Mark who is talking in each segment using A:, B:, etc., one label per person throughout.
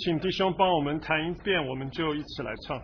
A: 请弟兄帮我们弹一遍，我们就一起来唱。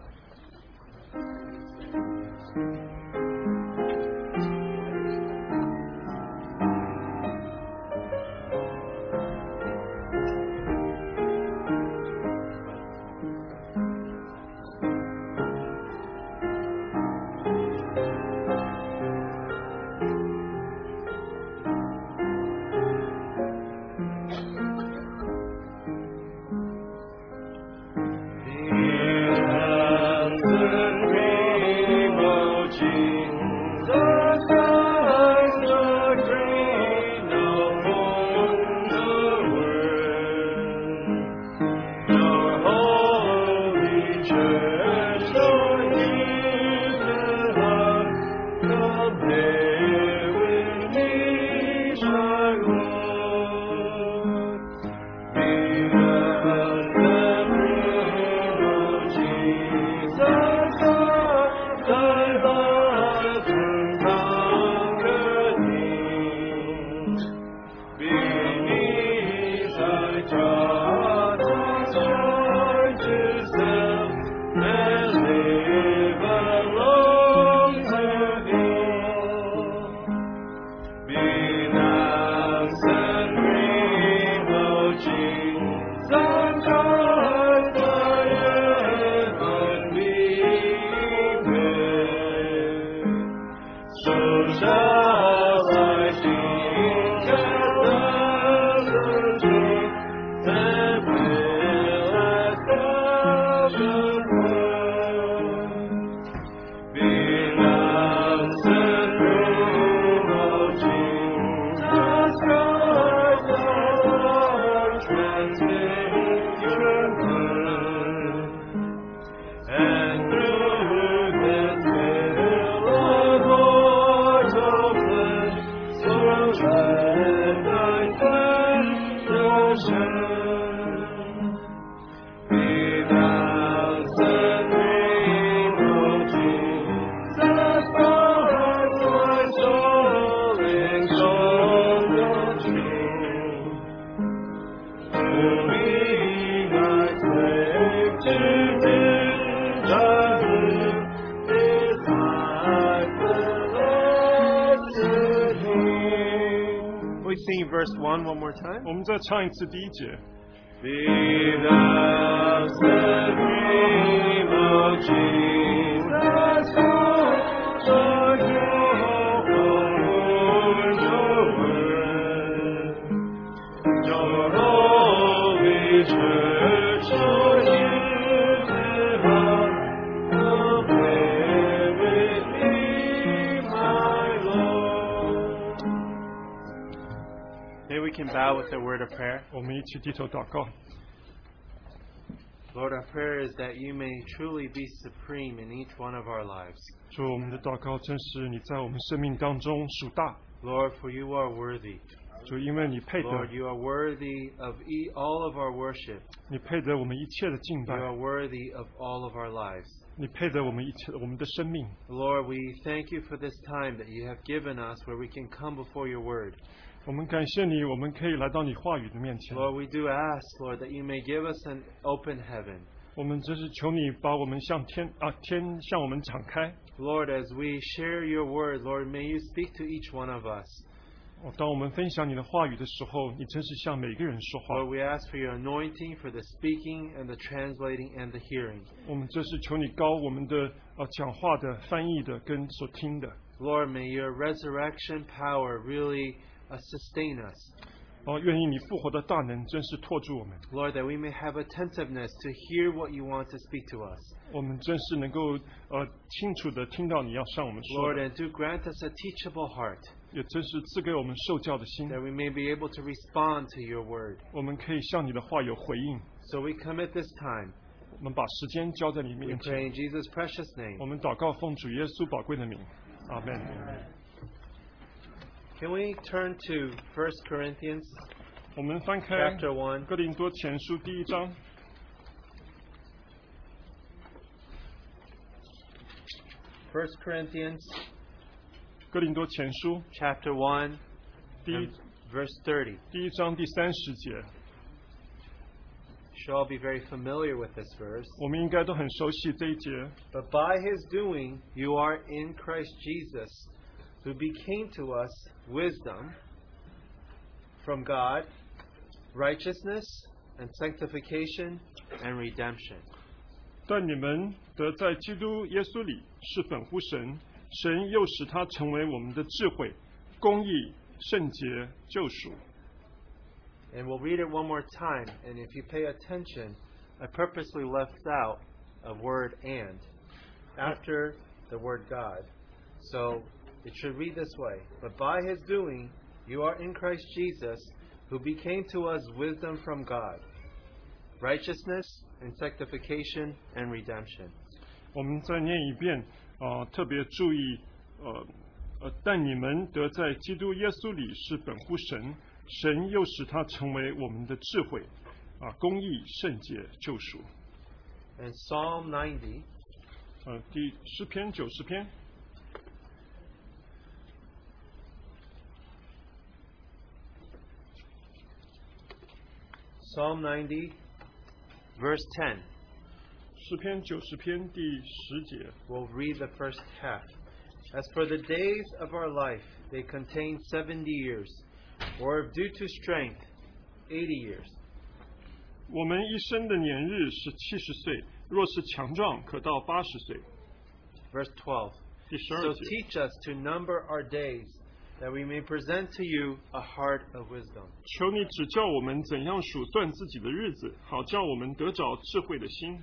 B: We sing verse 1 one more time.
A: 我们再唱一次第一节。
C: Be thou supreme, O Jesus, Lord, Lord, Lord, Lord. Your holy church, O you live compare with me, my Lord.
B: Maybe we can bow with a word of prayer.
A: 我们一起低头祷告。
B: Lord, our prayer is that you may truly be supreme in each one of our lives.
A: 主，我们的祷告真是你在我们生命当中属大。
B: Lord, for you are worthy.
A: 主，因为你配得，
B: Lord, you are worthy of e- all of our worship.
A: 你配得我们一切的敬
B: You
A: 拜，
B: are worthy of all of our lives.
A: 你配得我们一切我们的生命。
B: Lord, we thank you for this time that you have given us where we can come before your word.
A: 我们感谢你，我们可以来到你话语的面前。
B: Lord, we do ask, Lord, that you may give us an open heaven.
A: 我们真是求你把我们向天啊天向我们敞开。
B: Lord, as we share your word, Lord, may you speak to each one of us.
A: 哦，当我们分享你的话语的时候，你真是向每个人说话
B: Lord,。we ask for your anointing for the speaking and the translating and the hearing.
A: 我们这是求你高我们的呃讲话的、翻译的跟所听的。
B: Lord, may your resurrection power really uh, sustain us.
A: 哦，愿意你复活的大能真是托住我们，
B: Lord, that we may have attentiveness to hear what you want to speak to us.
A: 我们真是能够呃清楚的听到你要向我们说
B: Lord,
A: 的，
B: and do grant us a teachable heart
A: 也真是赐给我们受教的心，
B: that we may be able to respond to your word.
A: 我们可以向你的话有回应。
B: So we come at this time.
A: 我们把时间交在你
B: We
A: 面
B: pray
A: 前，
B: in Jesus' precious name.
A: 我们祷告奉主耶稣宝贵的名，阿门。
B: Can we turn to 1 Corinthians
A: 我们翻开
B: chapter 1?
A: 哥林多前书第一章，
B: 1 Corinthians
A: 哥林多前书
B: chapter 1,
A: 第一
B: 嗯 verse 30.
A: 第一章第三十节，
D: should all be very familiar with this verse.
A: 我们应该都很熟悉这一节。
D: But by his doing, you are in Christ Jesus, who became to us wisdom from God, righteousness, and sanctification, and redemption.
A: 但你们得在基督耶稣里是本乎神，神又使他成为我们的智慧、公义、圣洁、救赎。
D: And we'll read it one more time. And if you pay attention, I purposely left out a word and after the word God. So it should read this way But by his doing, you are in Christ Jesus, who became to us wisdom from God, righteousness and sanctification and redemption.
A: 我们再念一遍啊、呃特别注意呃呃，但你们得在基督耶稣里是本乎神，神又使他成为我们的智慧啊、公义、圣洁、救赎。
D: And Psalm 90,
A: 呃，第诗篇九十篇
D: Psalm 90, verse 10.
A: 诗篇九十篇第十节，
D: We'll read the first half. As for the days of our life, they contain 70 years, or if due to strength, 80 years.
A: 我们一生的年日是七十岁，若是强壮，可到八十岁。
D: Verse 12.
A: 第十
D: So
A: 二节，
D: teach us to number our days, that we may present to you a heart of wisdom.
A: 求你指教我们怎样数算自己的日子，好叫我们得着智慧的心。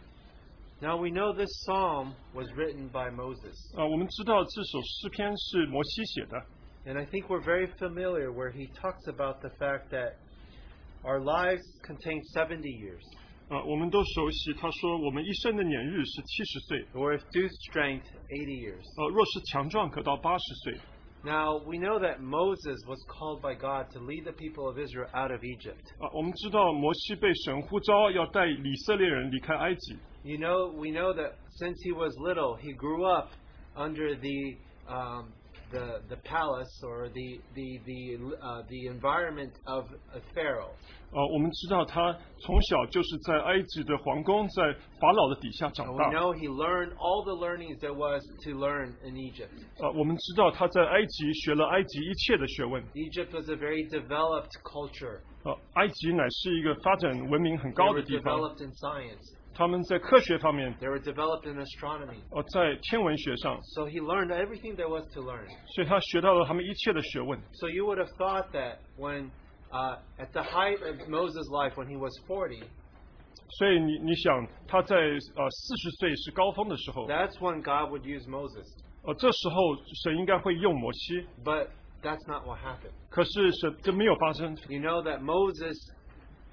D: Now we know this psalm was written by Moses,
A: 啊、我们知道这首诗篇是摩西写的，
D: and I think we're very familiar where he talks about the fact that our lives contain 70 years,
A: 啊、我们都熟悉。他说，我们一生的年日是七十岁，
D: or if due to strength, 80 years.
A: 呃，若是强壮，可到八十岁。
D: Now, we know that Moses was called by God to lead the people of Israel out of Egypt.
A: 啊、我们知道摩西被神呼召要带以色列人离开埃及。
D: You know, we know that since he was little, he grew up under the um, the, the palace or the the the uh, the environment of a Pharaoh.
A: 啊，我们知道他从小就是在埃及的皇宫，在法老的底下长
D: And
A: 大
D: we。know he learned all the learnings there was to learn in Egypt.
A: 啊，我们知道他在埃及学了埃及一切的学问。
D: Egypt was a very developed culture.
A: 啊，埃及乃是一个发展文明很
D: They
A: 高的
D: were
A: 地方，
D: developed in science.
A: 他们在科学方面，
D: They were developed in astronomy.
A: 呃，在天文学上，
D: So he learned everything there was to learn.
A: 所以他学到了他们一切的学问。
D: So you would have thought that when, uh, at the height of Moses' life, when he was 40,
A: 所以你你想，他在呃四十岁是高峰的时候，
D: that's when God would use Moses.
A: 呃，这时候神应该会用摩西，
D: But that's not what happened.
A: 可是神这没有发生。
D: You know that Moses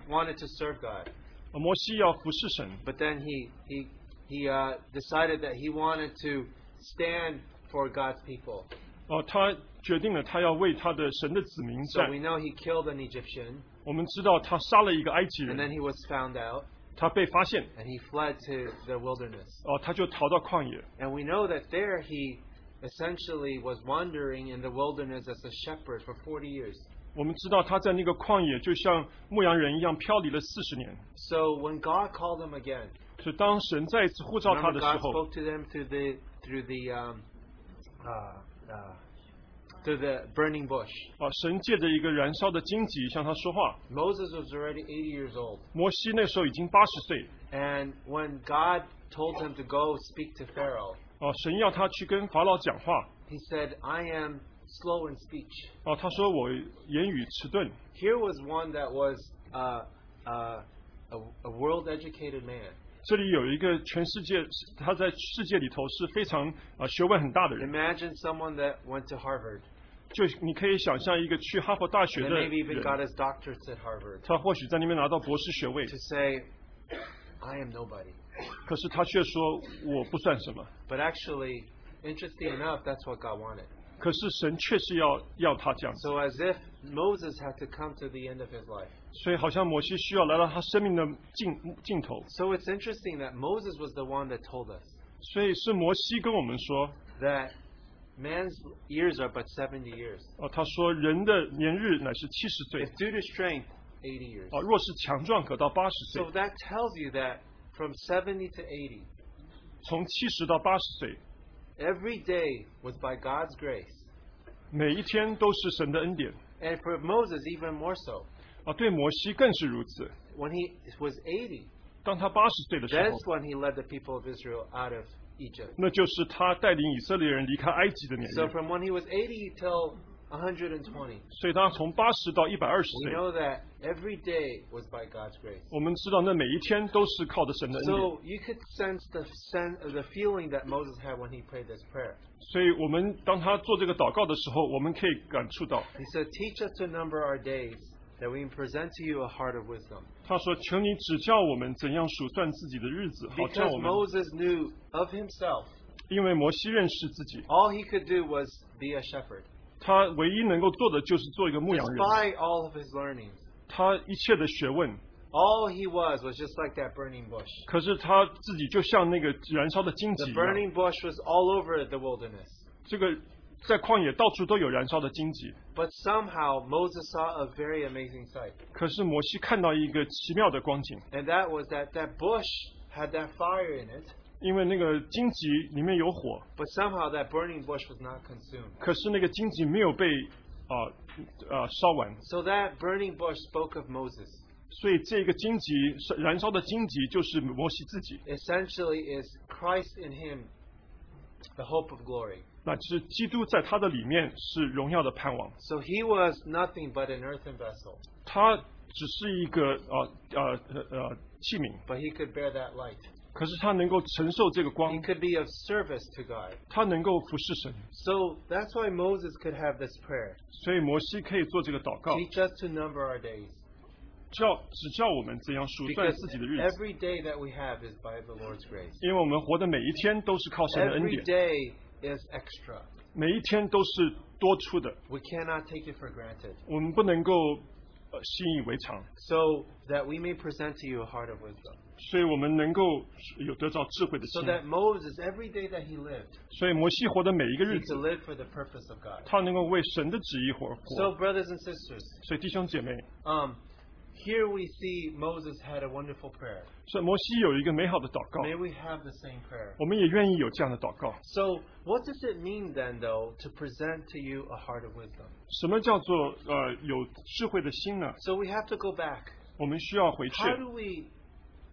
D: wanted to serve God,
A: 呃摩西要服侍神，
D: but then he he he uh, decided that he wanted to stand for God's people.
A: 哦，他决定了他要为他的神的子民
D: So
A: 站
D: we。know he killed an Egyptian,
A: 我们知道他杀了一个埃及
D: and then
A: 人，
D: he was found out,
A: 他被发现，
D: and he fled to the wilderness.
A: 哦，他就逃到旷野。
D: And we know that there he essentially was wandering in the wilderness as a shepherd for 40 years.
A: 我们知道他在那个旷野就像牧羊人一样漂离了四十年。
D: So when God called him again,
A: 所以当神再一次呼召他
D: remember
A: 的时
D: God
A: 候，
D: spoke to them through the through the um, uh, uh, through the burning bush.
A: 啊，神借着一个燃烧的荆棘向他说话。
D: Moses was already 80 years old,
A: 摩西那时候已经八十岁，
D: and when God told him to go speak to Pharaoh,
A: 啊，神要他去跟法老讲话，
D: he said, "I am slow in speech."
A: 啊，他说我言语迟钝。
D: Here was one that was uh, uh, a, a world-educated man.
A: 这里有一个全世界，他在世界里头是非常啊学问很大的人，
D: Imagine someone that went to Harvard,
A: 就你可以想象一个去哈佛大学
D: and
A: 的
D: maybe even
A: 人，
D: got his doctorates at Harvard,
A: 他或许在那边拿到博士学位，
D: to say, "I am nobody."
A: 可是他却说我不算什么。
D: But actually, interesting enough, that's what God wanted.
A: 可是神确实要要他这样子，
D: So as if Moses had to come to the end of his life.
A: 所以好像摩西需要来到他生命的尽尽头，
D: So it's interesting that Moses was the one that told us
A: 所以是摩西跟我们说，
D: that man's years are but 70 years.
A: 呃哦，他说人的年日乃是七十岁
D: If，due to strength, Oh, 80 years.
A: 啊，若是强壮可到八十岁
D: So，that tells you that from 70 to 80,
A: 从七十到八十岁，
D: every day was by God's grace.
A: 每一天都是神的恩典
D: And for Moses, even more so.
A: 啊。对摩西更是如此。
D: When he was 80,
A: 当他八十岁的时
D: that's
A: 候，
D: when he led the people of Israel out of Egypt.
A: 那就是他带领以色列人离开埃及的年
D: So
A: 龄。
D: from when he was 80 till 120,
A: 所以，他从八十到一百二十
D: we
A: 岁，
D: know that every day was by God's grace.
A: 我们知道那每一天都是靠着神的恩典。
D: So you could sense the sense, the feeling that Moses had when he prayed this prayer.
A: 所以，我们当他做这个祷告的时候，我们可以感触到，
D: He said, "Teach us to number our days, that we may present to you a heart of wisdom."
A: 他说：“求你指教我们怎样数算自己的日子，好叫
D: Because
A: 我们，
D: Moses knew of himself,
A: 因为摩西认识自己，
D: all he could do was be a shepherd.
A: 他唯一能够做的就是做一个牧羊人。
D: Despite all of his learning,
A: 他一切的学问，
D: all he was was just like that burning bush.
A: 可是他自己就像那个燃烧的荆棘
D: The
A: 一样，
D: burning bush was all over the wilderness.
A: 这个在旷野到处都有燃烧的荆棘。
D: But somehow Moses saw a very amazing sight,
A: 可是摩西看到一个奇妙的光景，
D: and that was that that bush had that fire in it,
A: 因为那个荆棘里面有火，
D: but somehow that burning bush was not consumed.
A: 可是那个荆棘没有被啊啊、烧完，
D: So that burning bush spoke of Moses.
A: 所以这个荆棘燃烧的荆棘就是摩西自己，
D: Essentially, is Christ in him, the hope of glory.
A: 那是基督在他的里面是荣耀的盼望，
D: So he was nothing but an earthen vessel,
A: 他只是一个啊啊呃呃器皿，
D: but he could bear that light.
A: 可是他能够承受这个
D: He
A: 光，
D: could be of service to God.
A: 他能够服侍神，
D: So that's why Moses could have this prayer
A: 所以摩西可以做这个祷告，
D: Teach us to number our days.
A: 教指教我们怎样数算
D: Because
A: 自己的日子，
D: every day that we have is by the Lord's grace.
A: 因为我们活的每一天都是靠神的恩
D: Every
A: 典，
D: day is extra.
A: 每一天都是多出的，
D: We cannot take it for granted.
A: 我们不能够呃习以为常，
D: So that we may present to you a heart of wisdom.
A: 所以我们能够有得到智慧的
D: So
A: 心。
D: that Moses, every day that he lived,
A: 所以摩西活的每一个日
D: he
A: 子
D: could，live for the purpose of God.
A: 他能够为神的旨意活活
D: So,。brothers and sisters,
A: 所以弟兄姐妹，
D: um, here we see Moses had a wonderful prayer.
A: 所以摩西有一个美好的祷告，
D: May we have the same prayer.
A: 我们也愿意有这样的祷告。
D: So, what does it mean then, though, to present to you a heart of wisdom?
A: 什么叫做呃有智慧的心呢？
D: So, we have to go back.
A: 我们需要回去，
D: How do we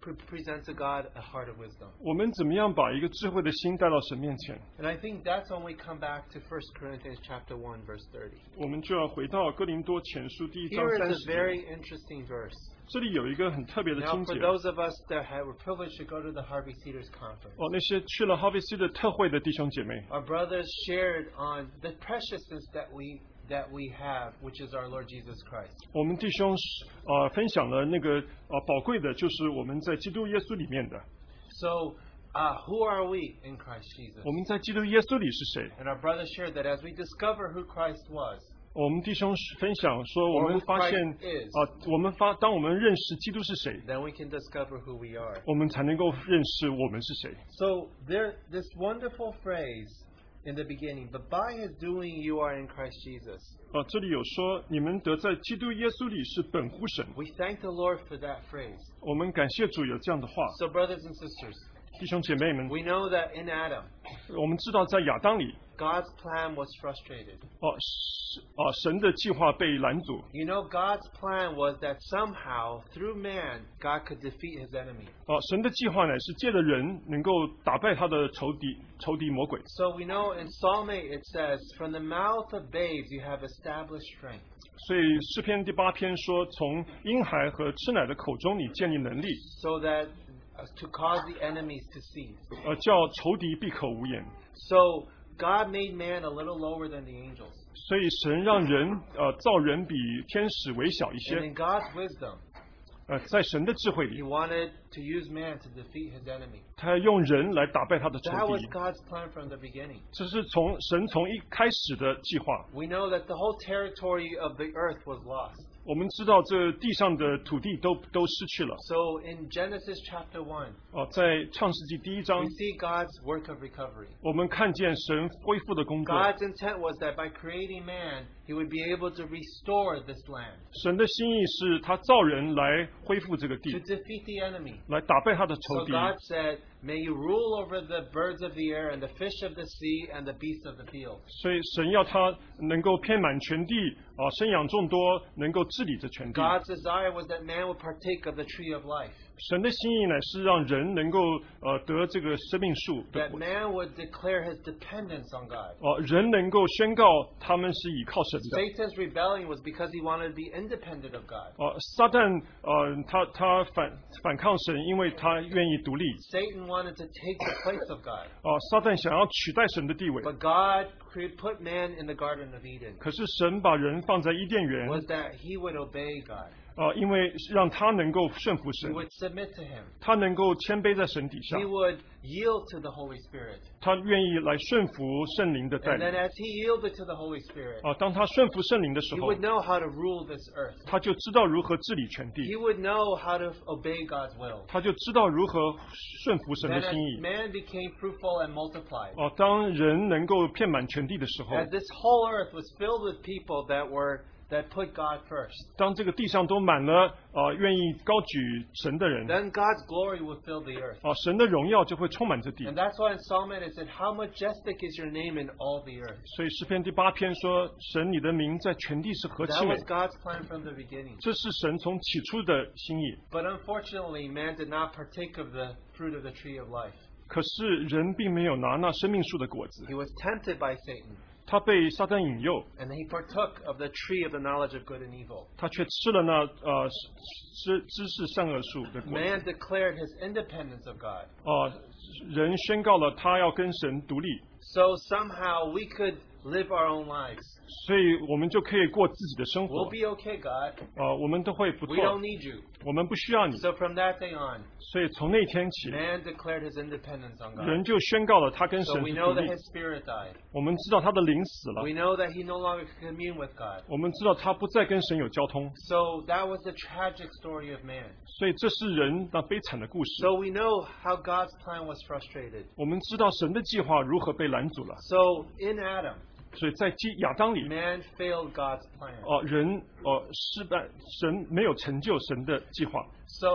D: pre- present to God a heart of wisdom?
A: 我们怎么样把一个智慧的心带到神面前？
D: And I think that's when we come back to 1 Corinthians chapter 1 verse 30.
A: 我们就要回到哥林多前书第一章
D: Here
A: 三
D: is a
A: 十节，
D: very interesting verse.
A: 这里有一个很特别的
D: Now,
A: 经节
D: for。those of us that had, were privileged to go to the Harvey Cedars conference,
A: 哦，那些去了哈维斯的特会的弟兄姐妹，
D: our brothers shared on the preciousness that we that we have, which is our Lord Jesus Christ.
A: 我们弟兄呃分享了那个呃宝贵的，就是我们在基督耶稣里面的。
D: So, uh, who are we in Christ Jesus?
A: 我们在基督耶稣里是谁？
D: And our brothers shared that as we discover who Christ was,
A: 我们弟兄分享说，我
D: Or
A: 们
D: who
A: 发现
D: Christ is.
A: 啊、我们发当我们认识基督是谁，
D: then we can discover who we are.
A: 我们才能够认识我们是谁。
D: So there, this wonderful phrase in the beginning, but by His doing you are in Christ Jesus.
A: 啊、这里有说，你们得在基督耶稣里是本乎神。
D: We thank the Lord for that phrase.
A: 我们感谢主有这样的话，
D: So brothers and sisters,
A: 弟兄姐妹们，
D: we know that in Adam,
A: 我们知道在亚当里，
D: God's plan was frustrated.
A: 哦、是啊、神的计划被拦阻。
D: You know, God's plan was that somehow through man, God could defeat His enemy.
A: 哦，神的计划乃是借着人能够打败他的仇敌，仇敌魔鬼。
D: So we know in Psalm 8 it says, "From the mouth of babes you have established strength."
A: 所以诗篇第八篇说，从婴孩和吃奶的口中，你建立能力，
D: so that uh, to cause the enemies to cease.
A: 呃，叫仇敌闭口无言。
D: So God made man a little lower than the angels,
A: 所以神让人，呃，造人比天使微小一
D: and
A: 些
D: in。God's wisdom,
A: 呃，在神的智慧
D: He
A: 里，
D: wanted to use man to defeat his enemy.
A: 他用人来打败他的仇
D: That was
A: 敌。
D: God's plan from the beginning.
A: 这是从神从一开始的计划。
D: We know that the whole territory of the earth was lost.
A: 我们知道这地上的土地都都失去了。
D: So in Genesis chapter 1,
A: 哦，在创世纪第一章
D: we，see God's work of recovery.
A: 我们看见神恢复的工作。
D: God's intent was that by creating man, he would be able to restore this land,
A: 神的心意是他造人来恢复这个
D: to
A: 地，
D: defeat the enemy.
A: 来打败他的仇
D: So
A: 敌。
D: God said, May you rule over the birds of the air and the fish of the sea and the beasts of the field.
A: 所以神要他能够遍满全地啊，生养众多，能够治理这全地。
D: God's desire was that man would partake of the tree of life,
A: 神的心意呢是让人能够呃得这个生命树的
D: that
A: 果，
D: man would declare his dependence on God.
A: 哦、人能够宣告他们是倚靠神的。
D: Satan's rebellion was because he wanted to be independent of God.
A: 哦、撒旦呃，他他反反抗神，因为他愿意独立。
D: Satan wanted to take the place of God.
A: 哦、撒旦想要取代神的地位，
D: But God cre- put man in the Garden of Eden
A: 可是神把人放在伊甸园，
D: was that he would obey God.
A: 啊、因为让他能够顺服
D: He
A: 神。
D: would submit to him.
A: 他能够谦卑在神底下
D: He，would yield to the Holy Spirit.
A: 他愿意来顺服圣灵的带
D: And
A: 领
D: then。as he yielded to the Holy Spirit,
A: 啊，当他顺服圣灵的时
D: he
A: 候
D: would，know how to rule this earth.
A: 他就知道如何治理全
D: He
A: 地，
D: would know how to obey God's will.
A: 他就知道如何顺服神的
D: Then as
A: 心意。
D: man became fruitful and multiplied,
A: 哦、当人能够遍满全地的时候，
D: as this whole earth was filled with people that were that put God first,
A: 当这个地上都满了啊、愿意高举神的人，
D: then God's glory would fill the earth.
A: 啊、神的荣耀就会充满这地
D: And。that's why in Psalm it said, How majestic is your name in all the earth.
A: 所以诗篇第八篇说：“神，你的名在全地是何其
D: That
A: 美
D: was！” God's plan from the beginning.
A: 这是神从起初的心意。
D: But unfortunately, man did not partake of the fruit of the tree of life.
A: 可是人并没有拿那生命树的果子
D: He，was tempted by Satan,
A: 他被撒旦引诱，
D: and he partook of the tree of the knowledge of good and evil.
A: 他却吃了那呃知知识善恶树的果子。
D: Man declared his independence of God.
A: 啊、人宣告了他要跟神独立，
D: So somehow we could live our own lives.
A: 所以我们就可以过自己的生活
D: We'll。be okay, God.
A: 啊、我们都会不错
D: We，don't need you.
A: 我们不需要你。
D: So from that day on,
A: 所以从那天起，
D: man declared his independence on God.
A: 人就宣告了他跟
D: So
A: 神
D: we
A: 是独
D: know that
A: 立。
D: his spirit died.
A: 我们知道他的灵死了
D: We，know that he no longer could commune with God.
A: 我们知道他不再跟神有交通，
D: So that was the tragic story of man.
A: 所以这是人那悲惨的故事。
D: So we know how God's plan was frustrated.
A: 我们知道神的计划如何被拦阻了，
D: So in Adam,
A: 所以在基亚当里，
D: man failed God's plan.
A: 哦、人哦、失败，神没有成就神的计划，
D: So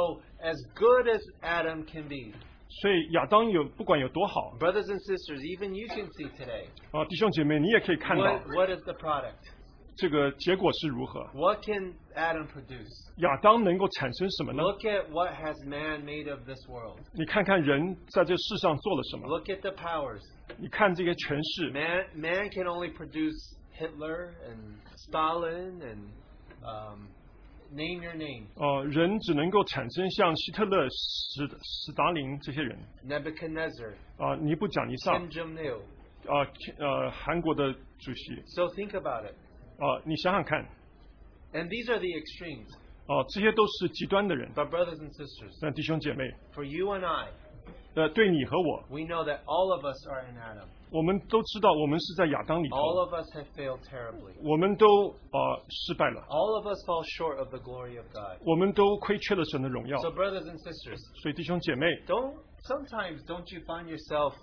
D: as good as Adam can be,
A: 所以亚当有不管有多好，
D: brothers and sisters, even you can see today,
A: 啊，弟兄姐妹，你也可以看到
D: what, what is the product?
A: 这个结果是如何。
D: What can Adam produce?
A: 亚当能够产生什么呢？
D: Look at what has man made of this world.
A: 你看看人在这世上做了什么？
D: Look at the powers.
A: 你看这些权势，
D: Man, man can only produce Hitler and Stalin and um, name your name,
A: 哦，人只能够产生像希特勒、史史达林这些人，
D: Nebuchadnezzar,
A: 啊、尼布贾尼撒，
D: Kim Jong Il.
A: 啊、呃，韩国的主席，
D: So think about it.
A: 啊、你想想看，
D: And these are the extremes.
A: 哦、这些都是极端的人。
D: But brothers and sisters,
A: 那弟兄姐妹，
D: for you and I,
A: 呃，对你和我，
D: we know that all of us are in Adam.
A: 我们都知道，我们是在亚当里
D: All
A: 头，
D: of us have failed terribly.
A: 我们都啊、失败了，
D: All of us fall short of the glory of God.
A: 我们都亏缺了神的荣耀。
D: So brothers and sisters,
A: 所以弟兄姐妹，
D: don't sometimes don't you find yourself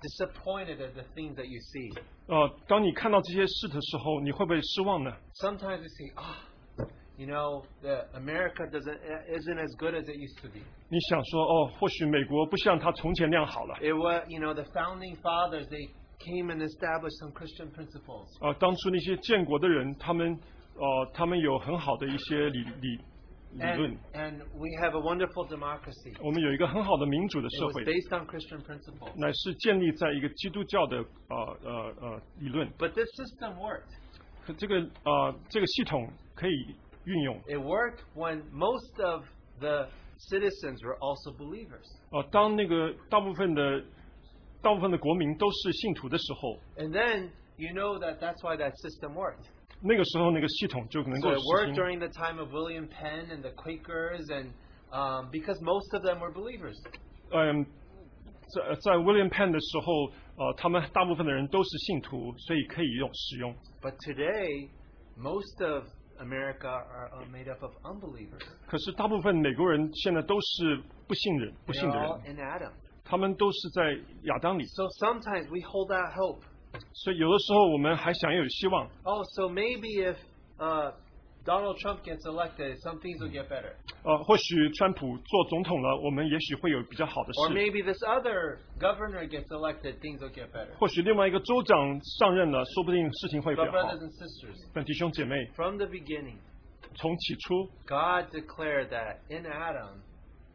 D: disappointed at the things that you see?
A: 呃，当你看到这些事的时候，你会不会失望呢？
D: Sometimes you see, ah, you know, the America doesn't eh, isn't as good as it used to be.
A: 你想说，哦，或许美国不像他从前那样好了。
D: It was, you know, the founding fathers they came and established some Christian principles.
A: 啊、当初那些建国的人，他们，呃，他们有很好的一些理理理论
D: And,。and we have a wonderful democracy.
A: 我们有一个很好的民主的
D: It
A: 社
D: was
A: 会，
D: based on Christian principles.
A: 乃是建立在一个基督教的呃呃呃理论。
D: But this system worked.
A: 可这个呃这个系统可以运用。
D: It worked when most of the citizens were also believers.
A: 呃，当那个大部分的大部分的国民都是信徒的时候，
D: And then you know that that's why that system worked.
A: 那个时候那个系统就能
D: So
A: 够
D: it worked
A: 实行。
D: during the time of William Penn and the Quakers, and um, because most of them were believers.
A: 嗯，在在 William Penn 的时候，呃，他们大部分的人都是信徒，所以可以用使用。
D: But today, most of America are uh, made up of unbelievers.
A: 可是大部分美国人现在都是不信人、不
D: They
A: 信
D: are
A: 的
D: all
A: 人，
D: in Adam.
A: 他们都是在亚当里。
D: So sometimes we hold out hope.
A: 所以有的时候我们还想要有希望。
D: Oh, so maybe if uh, Donald Trump gets elected, some things will get better.
A: 呃，或许川普做总统了，我们也许会有比较好的
D: Or
A: 事。
D: maybe this other governor gets elected, things will get better.
A: 或许另外一个州长上任了，说不定事情会比
D: But
A: 较好
D: brothers。and sisters,
A: 但弟兄姐妹，
D: from the beginning,
A: 从起初，
D: God declared that in Adam,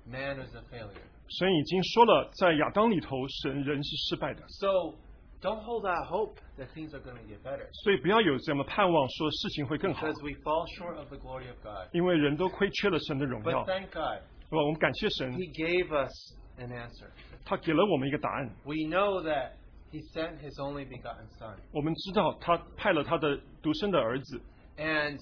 D: man was a failure.
A: 神已经说了，在亚当里头，神人是失败的，
D: So don't hold out hope that things are going to get better
A: 所以不要有这么盼望，说事情会更好，
D: because we fall short of the glory of God.
A: 因为人都亏缺了神的荣
D: But
A: 耀。
D: thank God,
A: 那么我们感谢神，
D: He gave us an answer.
A: 他给了我们一个答案。
D: We know that He sent His only begotten Son,
A: 我们知道他派了他的独生的儿子，
D: and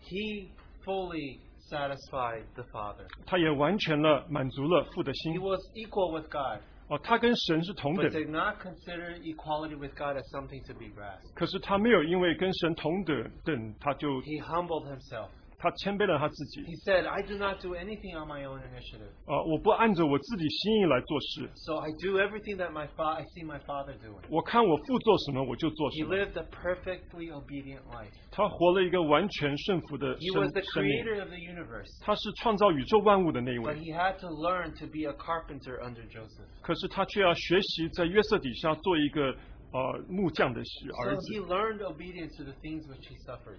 D: He fully satisfied the Father.
A: 他也完全了满足了父的
D: He
A: 心。
D: was equal with God,
A: 哦，他跟神是同
D: but did
A: 等，
D: not consider equality with God as something to be grasped.
A: 可是他没有因为跟神同等等，他就
D: He humbled Himself.
A: 他谦卑了他自己。
D: He said, I do not do anything on my own initiative.
A: 啊、我不按着我自己心意来做事，
D: So I do everything that my fa- I see my Father doing.
A: 我看我父做什么我就做
D: He
A: 什么。
D: lived a perfectly obedient life.
A: 他活了一个完全顺服的
D: He was the
A: 生生命。
D: creator of the universe,
A: 他是创造宇宙万物的那一
D: but
A: 位，
D: he had to learn to be a carpenter under Joseph.
A: 可是他却要学习在约瑟底下做一个呃木匠的儿
D: So
A: 子
D: he，learned obedience to the things which he suffered.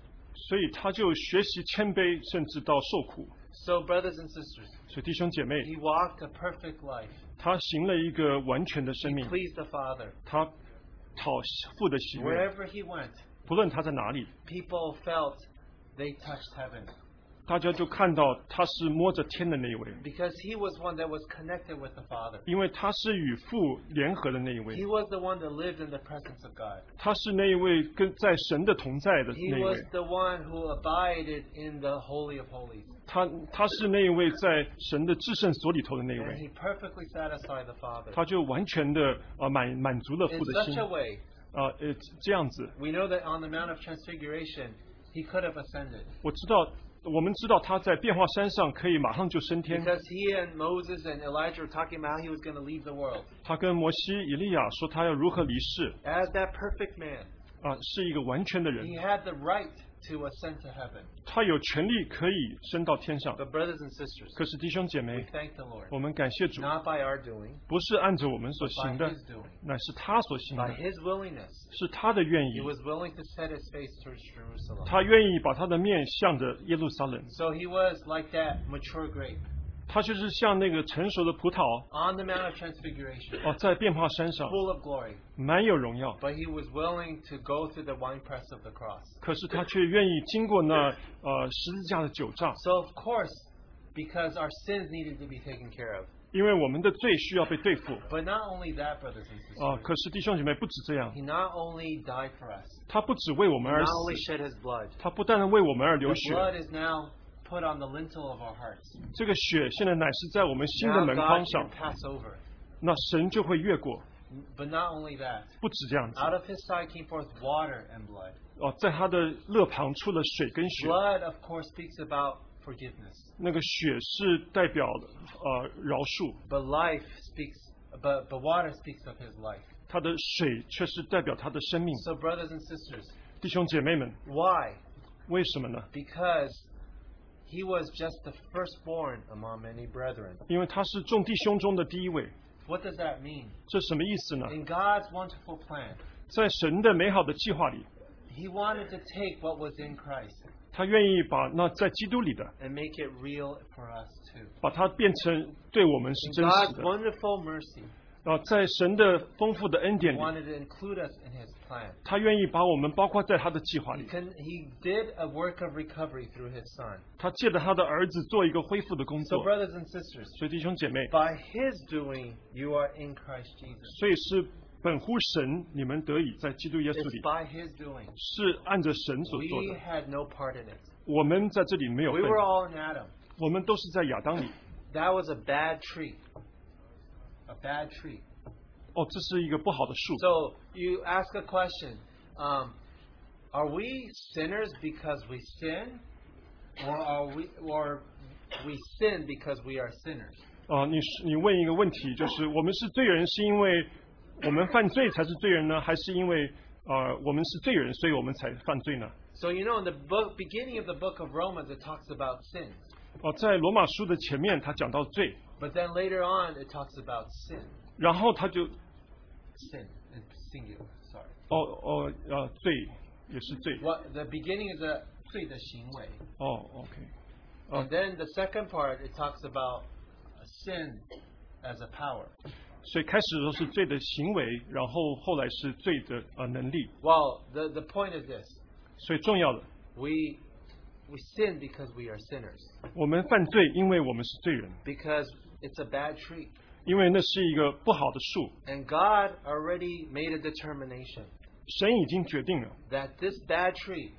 A: 所以他就学习谦卑，甚至到受苦。
D: So, brothers and sisters,
A: 所以弟兄姐妹，
D: he walked a perfect life.
A: 他行了一个完全的生
D: He
A: 命，
D: pleased the Father.
A: 他讨父的喜悦，
D: Wherever he went,
A: 不论他在哪里，
D: people felt they touched heaven
A: 大家就看到他是摸着天的那一位，
D: because he was one that was connected with the Father.
A: 因为他是与父联合的那一位
D: He，was the one that lived in the presence of God.
A: 他是那一位跟在神的同在的
D: He
A: 那一
D: was
A: 位，
D: the one who abided in the Holy of Holies.
A: 他他是那一位在神的至圣所里头的那一
D: And
A: 位
D: he。perfectly satisfied the Father.
A: 他就完全的呃满满足了
D: In
A: 父的
D: such
A: 心
D: a way,
A: 啊、呃，这样子，
D: we know that on the Mount of Transfiguration, he could have ascended.
A: 我知道，我们知道他在变化山上可以马上就升天，
D: Because he and Moses and Elijah were talking about how he was going to leave the world.
A: 他跟摩西、以利亚说他要如何离世
D: As that perfect man,
A: 啊、是一个完全的
D: he
A: 人，
D: had the right to ascend to heaven.
A: 他有权利可以升到天上。
D: But, brothers and sisters,
A: 可是弟兄姐妹
D: we，thank the Lord.
A: 我们感谢主，
D: Not by our doing,
A: 不是按着我们所
D: by
A: 行的
D: his，doing,
A: 乃是他所行
D: by
A: 的，
D: his willingness.
A: 是他的愿意
D: He，was willing to set his face towards Jerusalem.
A: 他愿意把他的面向着耶路撒冷，
D: So he was like that mature grape
A: 他就是像那个成熟的葡萄
D: on the Mount of Transfiguration,
A: 哦、在变化山上
D: full of glory.
A: 满有荣耀。
D: But he was willing to go through the winepress of the cross.
A: 可是他却愿意经过那呃十字架的九丈，
D: So, of course, because our sins needed to be taken care of.
A: 因为我们的罪需要被对付
D: But not only that, brothers and
A: 啊、
D: sisters,
A: 可是弟兄姐妹不止这样
D: he，not only died for us,
A: 他不止为我们
D: he
A: 而
D: not
A: 死，
D: only shed his blood,
A: 他不但为我们而流
D: the
A: 血，
D: blood is now put on the lintel of our hearts.
A: 这个血现在乃是在我们心的
D: Now
A: 门
D: God
A: 框上
D: can，pass over.
A: 那神就会越过。
D: But not only that,
A: 不止这样子
D: out of his side came forth water and blood.
A: 哦、在他的肋旁出了水跟血，
D: Blood, of course, speaks about forgiveness.
A: 那个血是代表呃饶恕，
D: But life speaks, but, but water speaks of his life.
A: 他的水却是代表他的生命。
D: So, brothers and sisters,
A: 弟兄姐妹们，
D: why?
A: 为什么呢？
D: Because he was just the firstborn among many brethren.
A: 因为他是众弟兄中的第一位，
D: What does that mean?
A: 这什么意思呢？
D: In God's wonderful plan,
A: 在神的美好的计划里，
D: he wanted to take what was in Christ
A: 他愿意把那在基督里的，
D: and make it real for us too.
A: 把它变成对我们是
D: In
A: 真实
D: God's
A: 的。
D: wonderful mercy,
A: 啊，在神的丰富的恩
D: he
A: 典里，
D: wanted to include us in his plan.
A: 他愿意把我们包括在他的计划
D: He,
A: 里。
D: can, he did a work of recovery through his son.
A: 他借着他的儿子做一个恢复的工
D: So,
A: 作。
D: brothers and sisters,
A: 所以弟兄姐妹，
D: by his doing, you are in Christ Jesus.
A: 所以是本乎神，你们得以在基督耶稣
D: It's
A: 里，
D: by his doing.
A: 是按着神所做
D: We
A: 的。
D: had no part in it.
A: 我们在这里没有
D: We
A: 份，
D: were all in Adam.
A: 我们都是在亚当里。
D: That was a bad tree. A bad tree.
A: 哦，这是一个不好的树。
D: So you ask a question um, Are we sinners because we sin, or are we or we sin because we are sinners?
A: 啊、你是你问一个问题，就是我们是罪人，是因为我们犯罪才是罪人呢，还是因为呃我们是罪人，所以我们才犯罪呢？
D: So you know in the book beginning of the book of Romans it talks about sins,
A: 哦、在罗马书的前面，他讲到罪，
D: but then later on it talks about sin.
A: 然后他就
D: Sin in singular, sorry.
A: 哦哦呃罪也是罪，
D: What the beginning is a 罪的行为.
A: 哦，OK，
D: And then the second part it talks about sin as a power.
A: 所以开始的时候是罪的行为，然后后来是罪的呃能力，
D: Well, the the point is this.
A: 所以重要的，
D: We we sin because we are sinners.
A: 我们犯罪，因为我们是罪人，
D: Because it's a bad tree.
A: 因为那是一个不好的树，
D: And God already made a determination
A: 神已经决定了
D: that this bad tree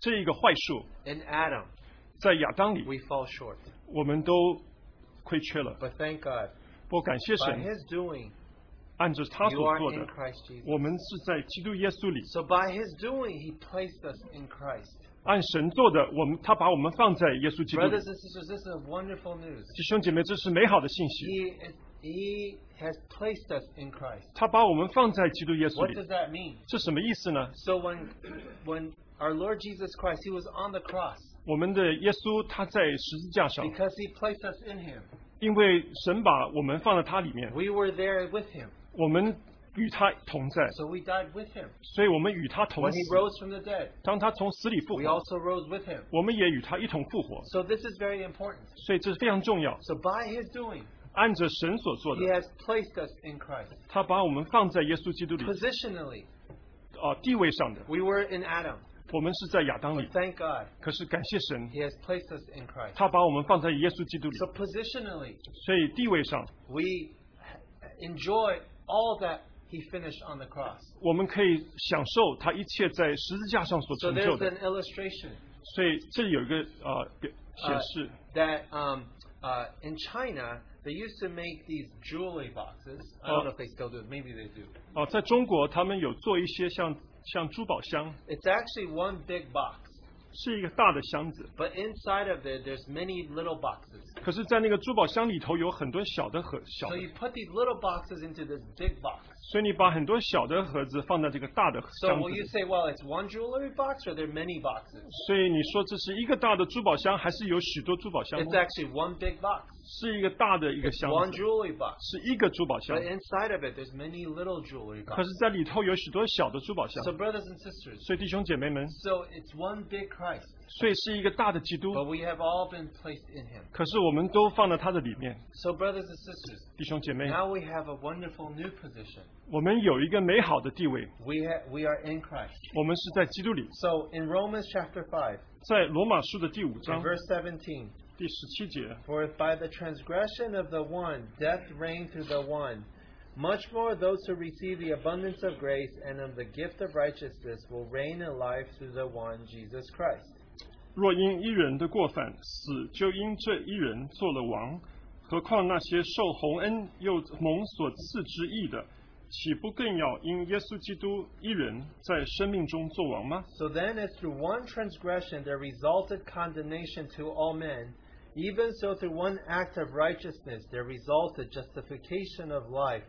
A: 这一个坏树
D: in Adam,
A: 在亚当里
D: we fall short.
A: 我们都亏缺了。
D: But thank God,
A: 不过感谢
D: by
A: 神，
D: His doing,
A: 按着他
D: you
A: 所
D: are
A: 做
D: in
A: 的，
D: Christ Jesus.
A: 我们是在基督耶稣里
D: So by His doing, He placed us in Christ.
A: 按神做的，我们他把我们放在耶稣基督里
D: Brothers。and sisters, this is wonderful news.
A: 弟兄姐妹，这是美好的信息。
D: He, he has placed us in Christ.
A: 他把我们放在基督耶稣
D: What
A: 里
D: does，that mean?
A: 这什么意思呢？
D: So when when our Lord Jesus Christ, He was on the cross
A: 我们的耶稣他在十字架上，
D: because He placed us in Him.
A: 因为神把我们放在他里面，
D: We were there with Him,
A: 我们与他同在，
D: so we died with Him.
A: 所以我们与他同
D: When
A: 死
D: He。rose from the dead,
A: 当他从死里复
D: we
A: 活，
D: also rose with Him.
A: 我们也与他一同复活，
D: So this is very important.
A: 所以这是非常重要。
D: So by His doing,
A: 按着神所做
D: He
A: 的，
D: has placed us in Christ.
A: 他把我们放在耶稣基督里。
D: Positionally,
A: 啊、地位上的，
D: we were in Adam.
A: 我们是在亚当
D: But
A: 里，
D: thank God,
A: 可是感谢神，
D: He has placed us in Christ.
A: 他把我们放在耶稣基督里
D: So，positionally,
A: 所以地位上，
D: we enjoy all that He finished on the cross.
A: 我们可以享受他一切在十字架上所
D: So
A: 成就
D: there's
A: 的。
D: an illustration
A: 所以这里有一个啊表
D: 呃
A: 显示，
D: that um, uh, in China they used to make these jewelry boxes. I
A: Oh.
D: don't know if they still do. it. Maybe they do.
A: 哦、在中国他们有做一些像像珠宝箱，
D: It's actually one big box,
A: 是一个大的箱子，
D: but inside of it there's many little boxes.
A: 可是，在那个珠宝箱里头有很多小的盒小
D: So
A: 的，
D: you put these little boxes into this big box.
A: 所以你把很多小的盒子放在这个大的
D: So
A: 箱子
D: will
A: 里
D: you。say, well, it's one jewelry box or there are many boxes?
A: 所以你说这是一个大的珠宝箱，还是有许多珠宝箱呢？
D: It's actually one big box,
A: 是一个大的一个箱
D: one
A: 子。
D: jewelry box.
A: 是一个珠宝箱
D: But，inside of it, there's many little jewelry
A: 可
D: boxes.
A: 是在里头有许多小的珠宝箱
D: So。brothers and sisters,
A: 所以弟兄姐妹们，
D: so it's one big Christ,
A: 所以是一个大的基督，
D: but we have all been placed in Him.
A: 可是我们都放在他的里面。
D: So brothers and sisters,
A: 弟兄姐妹，
D: now we have a wonderful new position.
A: 我们有一个美好的地位，
D: We ha- we are in Christ.
A: 我们是在基督里。
D: So in Romans chapter five,
A: 在罗马书的第五
D: in
A: 章
D: verse seventeen.
A: 第十七节，
D: For if by the transgression of the one death reigned through the one, much more those who receive the abundance of grace and of the gift of righteousness will reign in life through the one Jesus Christ.
A: 若因一人的过犯，死就因这一人做了王，何况那些受洪恩又蒙所赐之义的，岂不更要因耶稣基督一人在生命中做王吗？
D: So then, as through one transgression there resulted condemnation to all men, even so through one act of righteousness there resulted justification of life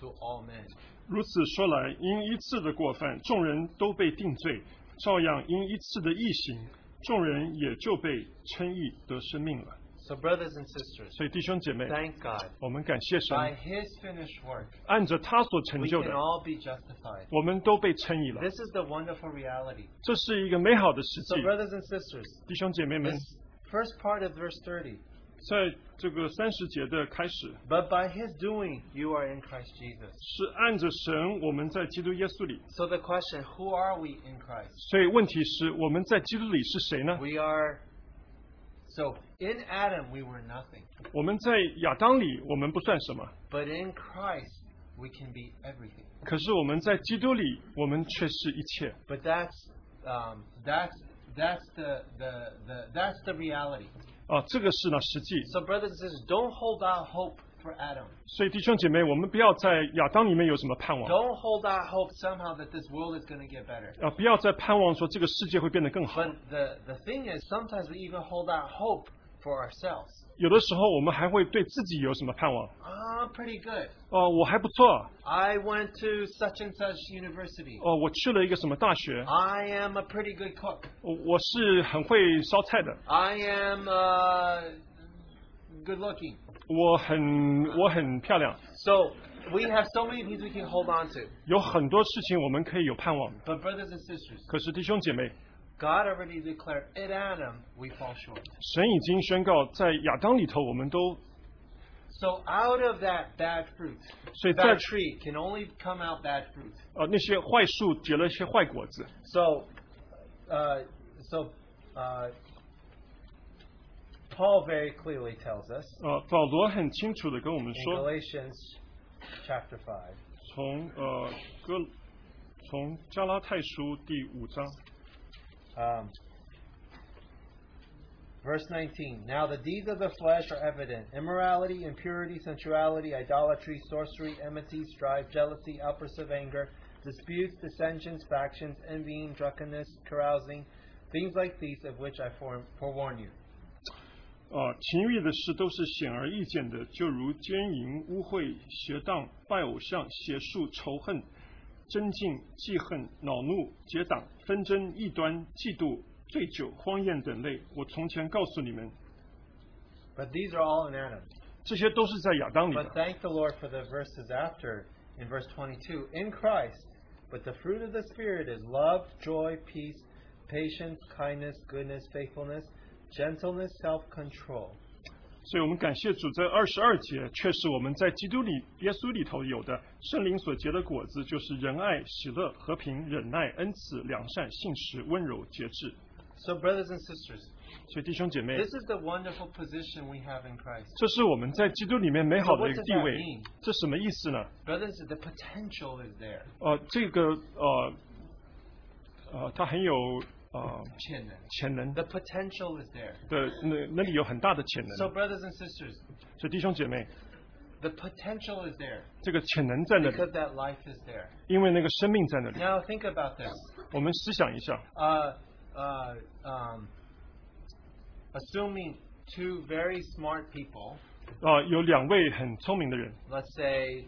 D: to all men.
A: 如此说来，因一次的过犯，众人都被定罪；照样因一次的异行，众人也就被称义得生命了。
D: So, brothers and sisters,
A: 所以弟兄姐妹，
D: thank God.
A: 我们感谢神，
D: By His finished work,
A: 按着他所成
D: we
A: 就的
D: can，all be justified.
A: 我们都被称义了。
D: This is the wonderful reality.
A: 这是一个美好的实际
D: So,。brothers and sisters,
A: 弟兄姐妹们，
D: this first part of verse 30.
A: 在这个三十节的开始，
D: But by His doing, you are in Christ Jesus.
A: 是按着神，我们在基督耶稣里。
D: So, the question who are we in Christ?
A: 所以问题是，我们在基督里是谁呢？
D: We are. So in Adam we were nothing,
A: 我们在亚当里，我们不算什么；
D: but in Christ we can be everything.
A: 可是我们在基督里，我们却是一切。
D: But that's um, that's that's the, the the that's the reality.
A: 啊，这个是呢实际。
D: So brothers and sisters, don't hold out hope for Adam.
A: 所以弟兄姐妹，我们不要在亚当里面有什么盼望
D: Don't hold out hope somehow that this world is going to get better.
A: 啊，不要再盼望说这个世界会变得更好。
D: But the, the thing is, sometimes we even hold out hope for ourselves.
A: 有的时候我们还会对自己有什么盼望？
D: I'm Ah, pretty good.
A: 哦，我还不错，
D: I went to such and such university.
A: 哦，我去了一个什么大学，
D: I am a pretty good cook.
A: 我我是很会烧菜的，
D: I am uh, good looking.
A: 我很我很漂亮，
D: So we have so many things we can hold on to.
A: 有很多事情我们可以有盼望。
D: But brothers and sisters,
A: 可是弟兄姐妹，
D: God already declared in Adam we fall short.
A: 神已经宣告，在亚当里头，我们都
D: So out of that bad fruit,
A: 所以在
D: bad tree can only come out bad fruit.
A: 呃那些坏树结了一些坏果子。
D: So, uh, so uh, Paul very clearly tells us
A: 呃，保罗很清楚的跟我们
D: in
A: 说，
D: Galatians chapter five.
A: 从呃哥从加拉太书第五章
D: Um, verse 19. Now the deeds of the flesh are evident immorality, impurity, sensuality, idolatry, sorcery, enmity, strife, jealousy, outbursts of anger, disputes, dissensions, factions, envying, drunkenness, carousing, things like these of which I form, forewarn you.
A: 啊，情欲的事都是显而易见的，就如奸淫、污秽、邪荡、拜偶像、邪术、仇恨、争竞、记恨、恼怒、结党、纷争、异端、嫉妒、醉酒、荒宴等类。我从前告诉你们，
D: But these are all in Adam.
A: 这些都是在亚当里
D: But
A: 的。
D: thank the Lord for the verses after in verse 22 in Christ. But the fruit of the Spirit is love, joy, peace, patience, kindness, goodness, faithfulness, gentleness, self control.
A: 所以我们感谢主，在二十二节，却是我们在基督里、耶稣里头有的圣灵所结的果子，就是仁爱、喜乐、和平、忍耐、恩慈、良善、信实、温柔、节制。
D: So, brothers and sisters,
A: 所以弟兄姐妹
D: this，is the wonderful position we have in Christ.
A: 这是我们在基督里面美好的一个地
D: So what does that
A: 位
D: mean？。
A: 这什么意思呢？
D: Brothers, the potential is there.
A: 呃，这个呃呃，它很有呃
D: Chin.
A: 潜能
D: The
A: 的，
D: potential is there.
A: 那那里有很大的潜能。
D: So, brothers and sisters,
A: 所以弟兄姐妹，
D: the potential is there
A: 这个潜能在那里，
D: because that life is there.
A: 因为那个生命在那里。
D: Now, think about this.
A: 我们思想一下，
D: uh, uh, um, assuming two very smart people,
A: 啊，有两位很聪明的人，
D: let's say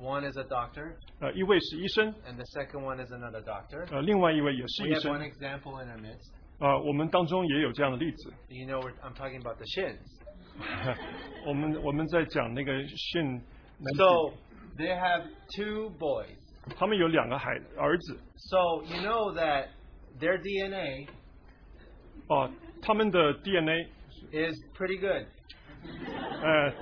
D: one is a doctor
A: 呃，一位是医生，
D: and the second one is another doctor.
A: 呃，另外一位也是
D: We
A: 医
D: have
A: 生
D: one。example in our midst.
A: 啊，我们当中也有这样的例子。
D: You know, we're, I'm talking about the shins.
A: 我们我们在讲那个训，
D: So they have two boys.
A: 他们有两个孩儿子，
D: So you know that their DNA
A: 哦，他们的 DNA
D: is pretty good.
A: 呃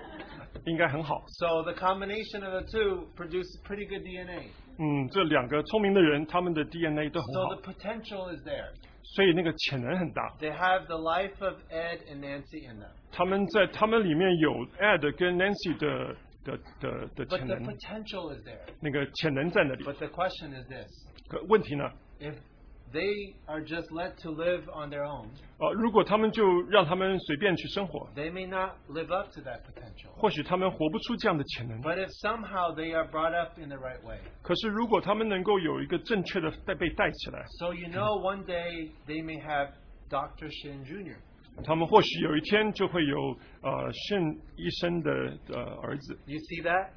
A: 应该很好。
D: So the combination of the two produces pretty good DNA.
A: 嗯，这两个聪明的人，他们的 DNA 都很
D: So
A: 好，
D: the potential is there.
A: 所以那个潜能很大。
D: They have the life of Ed and Nancy in them.
A: 他们在他们里面有 Ed 跟 Nancy 的的的的
D: But
A: 潜
D: the
A: 能，
D: potential is there.
A: 那个潜能在那里。
D: But the question is this:
A: 可问题呢？
D: if they are just let to live on their own,
A: 呃，如果他们就让他们随便去生活，
D: they may not live up to that potential.
A: 或许他们活不出这样的潜能。
D: But if somehow they are brought up in the right way,
A: 可是如果他们能够有一个正确的带被带起来，
D: so you know one day they may have Dr. Shin Jr.
A: 他们或许有一天就会有呃训医生的呃儿子。
D: You see that?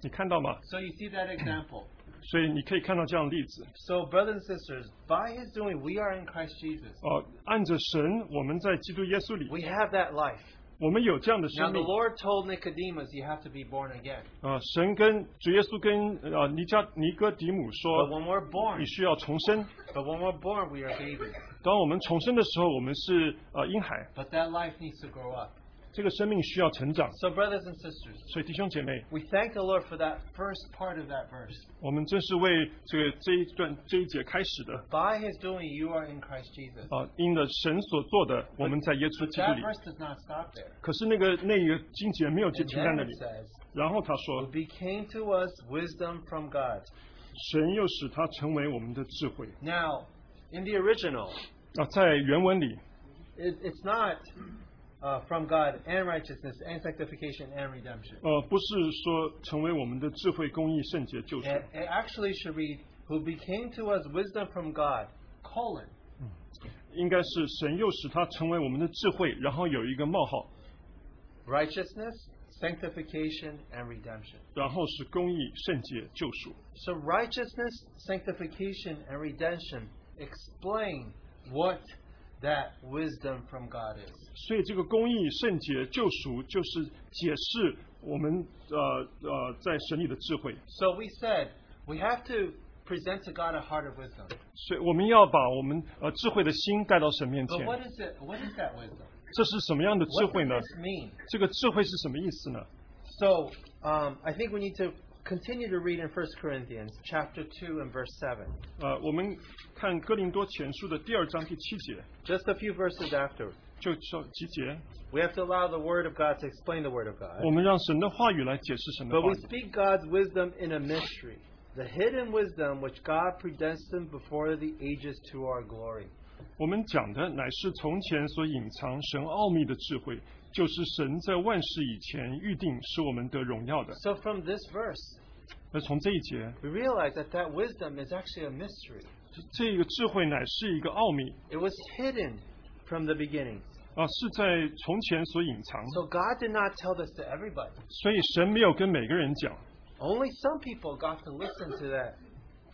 A: 你看到吗？
D: So you see that example.
A: 所以你可以看到这样的例子。
D: So brothers and sisters, by His doing, we are in Christ Jesus.
A: 呃，按着神，我们在基督耶稣里，
D: We have that life.
A: 我们有这样的
D: Now
A: 生
D: the
A: 命。
D: Lord told Nicodemus, "You have to be born again."
A: 呃，神跟主耶稣跟呃尼加尼哥底母
D: But
A: 说，
D: when we're born,
A: 你需要重生。
D: but when we're born, we are babies.
A: 当我们重生的时候，我们是呃婴孩，
D: But that life needs to grow up.
A: 这个生命需要成长。
D: So, brothers and sisters,
A: 所以弟兄姐妹，
D: we thank the Lord for that first part of that verse.
A: 我们正是为这个这一段这一节开始的
D: By his doing, you are in Christ Jesus.
A: 啊、呃因着神所做的，我们在耶稣
D: But
A: 基督
D: that
A: 里。
D: verse does not stop there.
A: 可是那个那个经节没有就
D: And
A: 停在
D: then
A: 那
D: it
A: 里，
D: says,
A: 然后他说
D: "Who，became to us wisdom from God.
A: 神又使他成为我们的智慧哦
D: Now, in the original,
A: 啊、在原文里
D: it, it's not uh, from God and righteousness and sanctification and redemption.
A: 呃，不是说成为我们的智慧、公义、圣洁、救赎，
D: It, it actually should read, who became to us wisdom from God, colon.
A: 应该是神又使他成为我们的智慧，然后有一个冒号，
D: righteousness, sanctification, and redemption.
A: 然后是公义、圣洁、救赎。
D: So, righteousness, sanctification, and redemption explain what that wisdom from God is.
A: 所以这个公义、圣洁、救赎就是解释我们呃呃在神里的智慧。
D: So, we said we have to present to God a heart of wisdom.
A: 所以我们要把我们呃智慧的心带到神面
D: But
A: 前。
D: what is it? What is that wisdom?
A: 这是什么样的智
D: What
A: 慧
D: does
A: 呢？
D: this mean?
A: 这个智慧是什么意思呢？
D: So, um, I think we need to continue to read in 1 Corinthians chapter 2 and verse 7.
A: 呃，我们看哥林多前书的第二章第七节，
D: Just a few verses after.
A: 就说几节，
D: We have to allow the word of God to explain the word of God.
A: 我们让神的话语来解释神的
D: But
A: 话
D: we
A: 语。
D: speak God's wisdom in a mystery, the hidden wisdom which God predestined before the ages to our glory.
A: 我们讲的乃是从前所隐藏神奥秘的智慧，就是神在万事以前预定使我们得荣耀的。
D: So from this verse,
A: 那从这一节，
D: we realize that that wisdom is actually a mystery.
A: 这这个智慧乃是一个奥秘
D: It was hidden from the beginning.
A: 啊，是在从前所隐藏，
D: So God did not tell this to everybody.
A: 所以神没有跟每个人讲，
D: Only some people got to listen to that.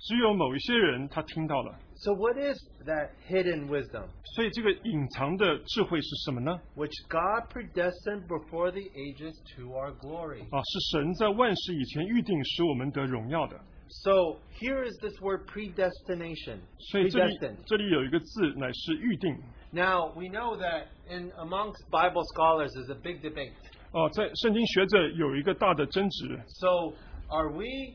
A: 只有某一些人他听到了。
D: So what is that hidden wisdom
A: 所以这个隐藏的智慧是什么呢？
D: which God predestined before the ages to our glory?
A: 啊，是神在万事以前预定使我们得荣耀的。
D: So here is this word predestination.
A: 所以这里
D: Predestined.
A: 这里有一个字乃是预定。
D: Now we know that in amongst Bible scholars is a big debate.
A: 哦、在圣经学者有一个大的争执，
D: So are we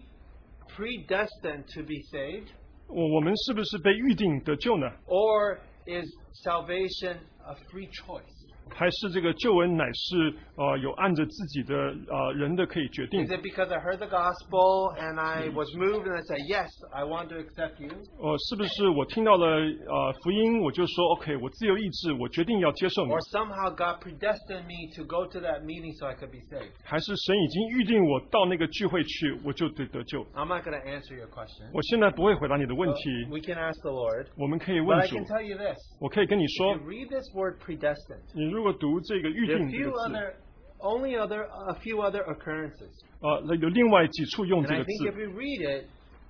D: predestined to be saved,
A: 我我们是不是被预定得救呢？
D: or is salvation a free choice?
A: 还是这个救恩乃是呃有按着自己的呃人的可以决定
D: Is？it because I heard the gospel and I was moved and I said, Yes, I want to accept you?
A: 呃，是不是我听到了呃福音，我就说 OK，我自由意志，我决定要接受你
D: Or？somehow God predestined me to go to that meeting so I could be saved?
A: 还是神已经预定我到那个聚会去，我就得得救？
D: I'm not going to answer your question.
A: 我现在不会回答你的问
D: But
A: 题，
D: We can ask the Lord.
A: 我们可以
D: 呃 But
A: 问
D: I
A: 主。
D: can tell you this.
A: 我可以跟你
D: If
A: 说
D: you，read this word predestined,
A: 你如果读这个预
D: There are
A: 定这
D: few
A: 个字，
D: other, only other, a few other occurrences.
A: 呃，那有另外几处用
D: And
A: 这
D: I
A: 个
D: think if
A: 字。
D: we read it,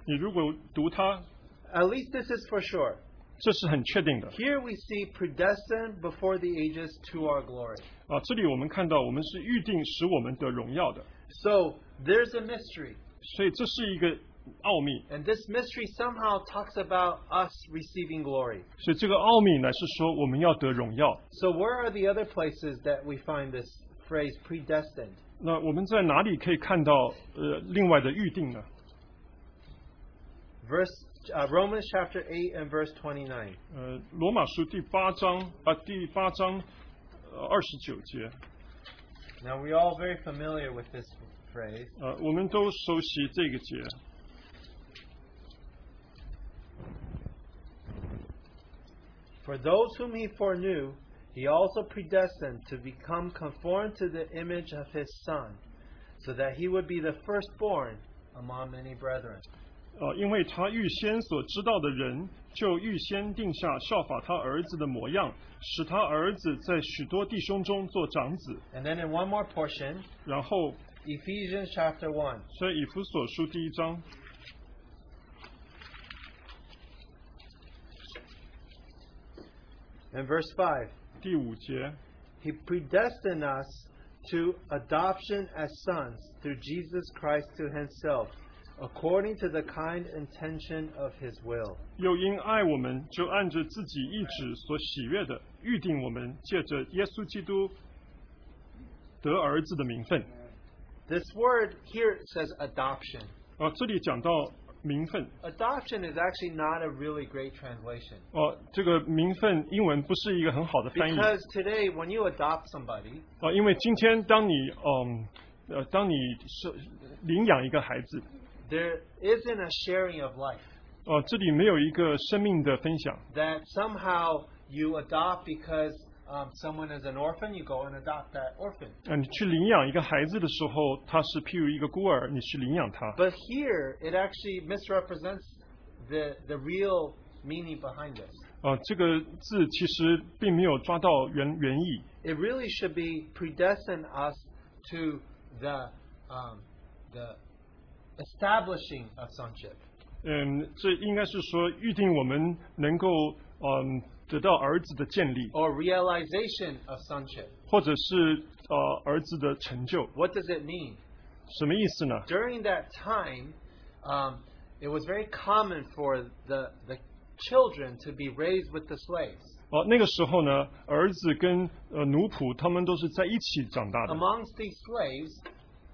A: 你如果读它，
D: at least this is for sure.
A: 这是很确定的。
D: Here we see predestined before the ages to our glory.
A: 啊，这里我们看到，我们是预定使我们得荣耀的，
D: So there's a mystery,
A: 所以这是一个奥秘。
D: and this mystery somehow talks about us receiving glory.
A: 所以这个奥秘乃是说我们要得荣耀。
D: So where are the other places that we find this phrase predestined?
A: 那我们在哪里可以看到呃另外的预定呢？
D: Verse uh, Romans chapter 8 and verse 29.
A: 呃，罗马书第八章啊、第八章呃二十九节，
D: Now we're all very familiar with this phrase.
A: 呃，我们都熟悉这个节。
D: For those whom he foreknew, he also predestined to become conformed to the image of his Son, so that he would be the firstborn among many brethren.
A: 呃，因为他预先所知道的人，就预先定下效法他儿子的模样，使他儿子在许多弟兄中做长子。
D: And then in one more portion,
A: 然后，
D: Ephesians chapter 1.
A: 所以以弗所书第一章，
D: And verse 5,
A: 第五节，
D: he predestined us to adoption as sons through Jesus Christ to himself, according to the kind intention of his will.
A: 又因爱我们，就按着自己意志所喜悦的，预定我们借着耶稣基督得儿子的名分。
D: This word here says adoption.
A: 啊，这里讲到名分，
D: Adoption is actually not a really great translation.
A: 哦、这个名分英文不是一个很好的翻译。
D: Because today, when you adopt somebody,
A: 啊，因为今天当你嗯呃，当你是领养一个孩子，
D: there isn't a sharing of life.
A: 哦，这里没有一个生命的分享，
D: That somehow you adopt because um, someone is an orphan, you go and adopt that orphan.
A: 啊，你去领养一个孩子的时候，他是譬如一个孤儿，你去领养他。
D: But here, it actually misrepresents the, the real meaning behind this.
A: 啊，这个字其实并没有抓到原原意。
D: It really should be predestined us to the, um, the establishing of sonship.
A: 嗯，这应该是说预定我们能够嗯得到儿子的建立，
D: or realization of sonship.
A: 或者是呃儿子的成就，
D: What does it mean?
A: 什么意思呢？
D: During that time, um, it was very common for the, the children to be raised with the slaves.
A: 哦、那个时候呢，儿子跟呃奴仆他们都是在一起长大的，
D: Amongst these slaves,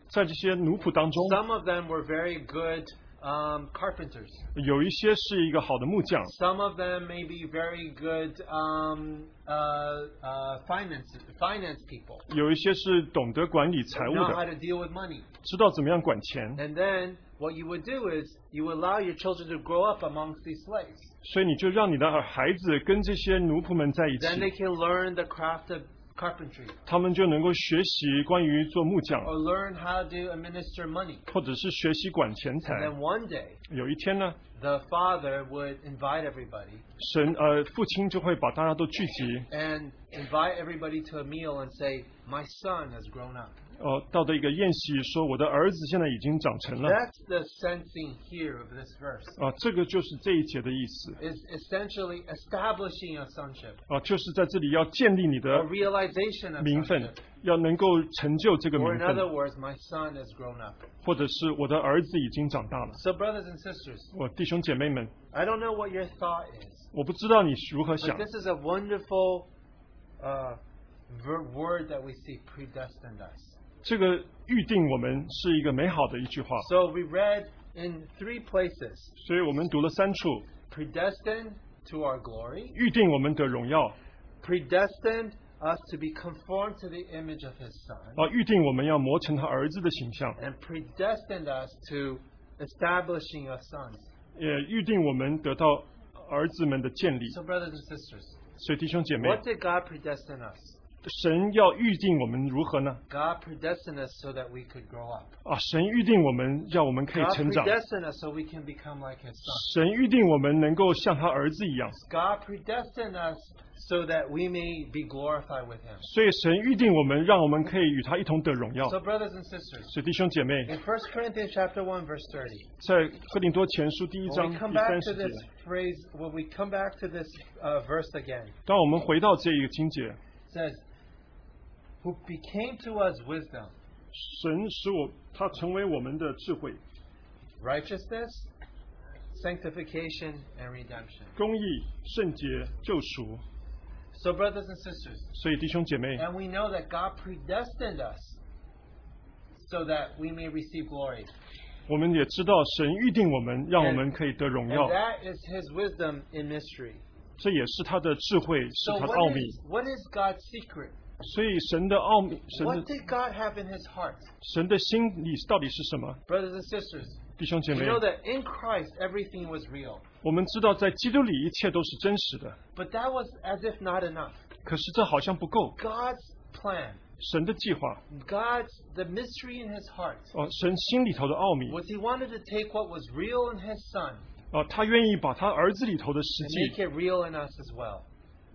A: 在这些奴仆当中，
D: some of them were very good um, carpenters.
A: 有一些是一个好的木匠，
D: Some of them may be very good um, uh, uh, finance, finance people,
A: 有一些是懂得管理财务
D: know how
A: 的，
D: to deal with money.
A: 知道怎么样管钱，
D: And then what you would do is you would allow your children to grow up amongst these slaves.
A: 所以你就让你的孩子跟这些奴仆们在一
D: Then they
A: 起，
D: can learn the craft of carpentry
A: 他们就能够学习关于做木匠，
D: or learn how to administer money.
A: 或者是学习管钱财。
D: And then one day,
A: 有一天呢，
D: the father would invite everybody
A: 神呃父亲就会把大家都聚集，
D: and invite everybody to a meal and say, My son has grown up.
A: 呃，到的一个宴席，说我的儿子现在已经长成了。
D: That's the sensing here of this verse.
A: 啊，这个就是这一节的意思
D: Is essentially establishing a sonship,
A: 啊，就是在这里要建立你
D: a
A: 的
D: realization of
A: 名分
D: sonship.
A: 要能够成就这个名
D: Or in other
A: 分，
D: words, my son has grown up.
A: 或者是我的儿子已经长大了。
D: So, brothers and sisters,
A: 我弟兄姐妹们，
D: I don't know what your thought is.
A: 我不知道你如何
D: But
A: 想，
D: this is a wonderful uh, ver- word that we see predestined us.
A: 这个预定我们是一个美好的一句话，
D: So we read in three places
A: 所以我们读了三处，
D: predestined to our glory,
A: 预定我们的荣耀
D: predestined us to be conformed to the image of his son,
A: 啊，预定我们要磨成他儿子的形象，
D: and predestined us to establishing a son.
A: 也预定我们得到儿子们的建立。
D: So, brothers and sisters,
A: 所以弟兄姐妹，
D: what did God predestine us?
A: 神要预定我们如何呢？
D: God predestined us so that we could grow up.
A: 啊，神预定我们要我们可以
D: God
A: 成长。
D: predestined us so we can become like his son.
A: 神预定我们能够像他儿子一样，
D: God predestined us so that we may be glorified with Him.
A: 所以神预定我们，让我们可以与他一同得荣耀。
D: So, brothers and sisters,
A: 所以弟兄姐妹，
D: in 1 Corinthians chapter 1, verse 30,
A: 在哥林多前书第一章
D: when we
A: 第
D: come back
A: 三
D: to
A: 十节，
D: this phrase, when we come back to this uh, verse again,
A: 当我们回到这一个经节，
D: it says, Who became to us wisdom,
A: 神使我他成为我们的智慧、
D: righteousness, sanctification, and redemption.
A: 公义、圣洁、救赎。
D: So, brothers and sisters,
A: 所以弟兄姐妹，
D: and we know that God predestined us so that we may receive glory.
A: 我们也知道神预定我们，让我们可以得荣
D: And
A: 耀，
D: that is His wisdom in mystery.
A: 这也是他的智慧，是
D: So
A: 他的奥
D: what
A: 秘。
D: is, what is God's secret?
A: 所以神的奥秘，神
D: What
A: 的
D: did God have in his heart?
A: 神的心里到底是什么？
D: Brothers and sisters,
A: 弟兄姐
D: you
A: 妹，
D: know that in Christ everything was real.
A: 我们知道在基督里一切都是真实的，
D: But that was as if not enough.
A: 可是这好像不够。
D: God's plan,
A: 神的计划，
D: God's the mystery in his heart
A: 哦，神心里头的奥秘，
D: was he wanted to take what was real in his son
A: 哦，他愿意把他儿子里头的实
D: and
A: 际
D: make it real in us as well.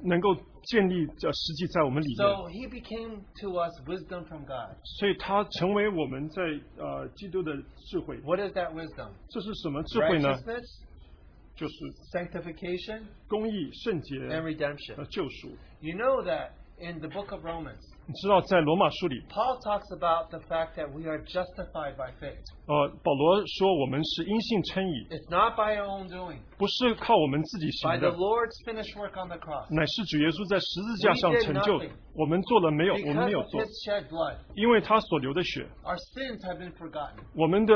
A: 能够建立呃实际在我们里面，
D: So he became to us wisdom from God.
A: 所以他成为我们在呃基督的智慧。
D: What is that wisdom?
A: 这是什么智慧呢？
D: Righteousness,
A: 就是
D: sanctification,
A: 公义、圣洁
D: and redemption.
A: 和救赎。
D: You know that in the book of Romans,
A: 你知道，在罗马书里，
D: Paul talks about the fact that we are justified by faith.
A: 呃，保罗说我们是因信称义，
D: It's not by our own doing,
A: 不是靠我们自己行
D: by the
A: 的，
D: Lord's finished work on the cross.
A: 乃是主耶稣在十字架上成就
D: We did nothing.
A: 的。我们做了没有？我们没
D: Because
A: 有
D: of
A: 做，
D: his shed blood,
A: 因为他所流的血，
D: our sins have been forgotten.
A: 我们的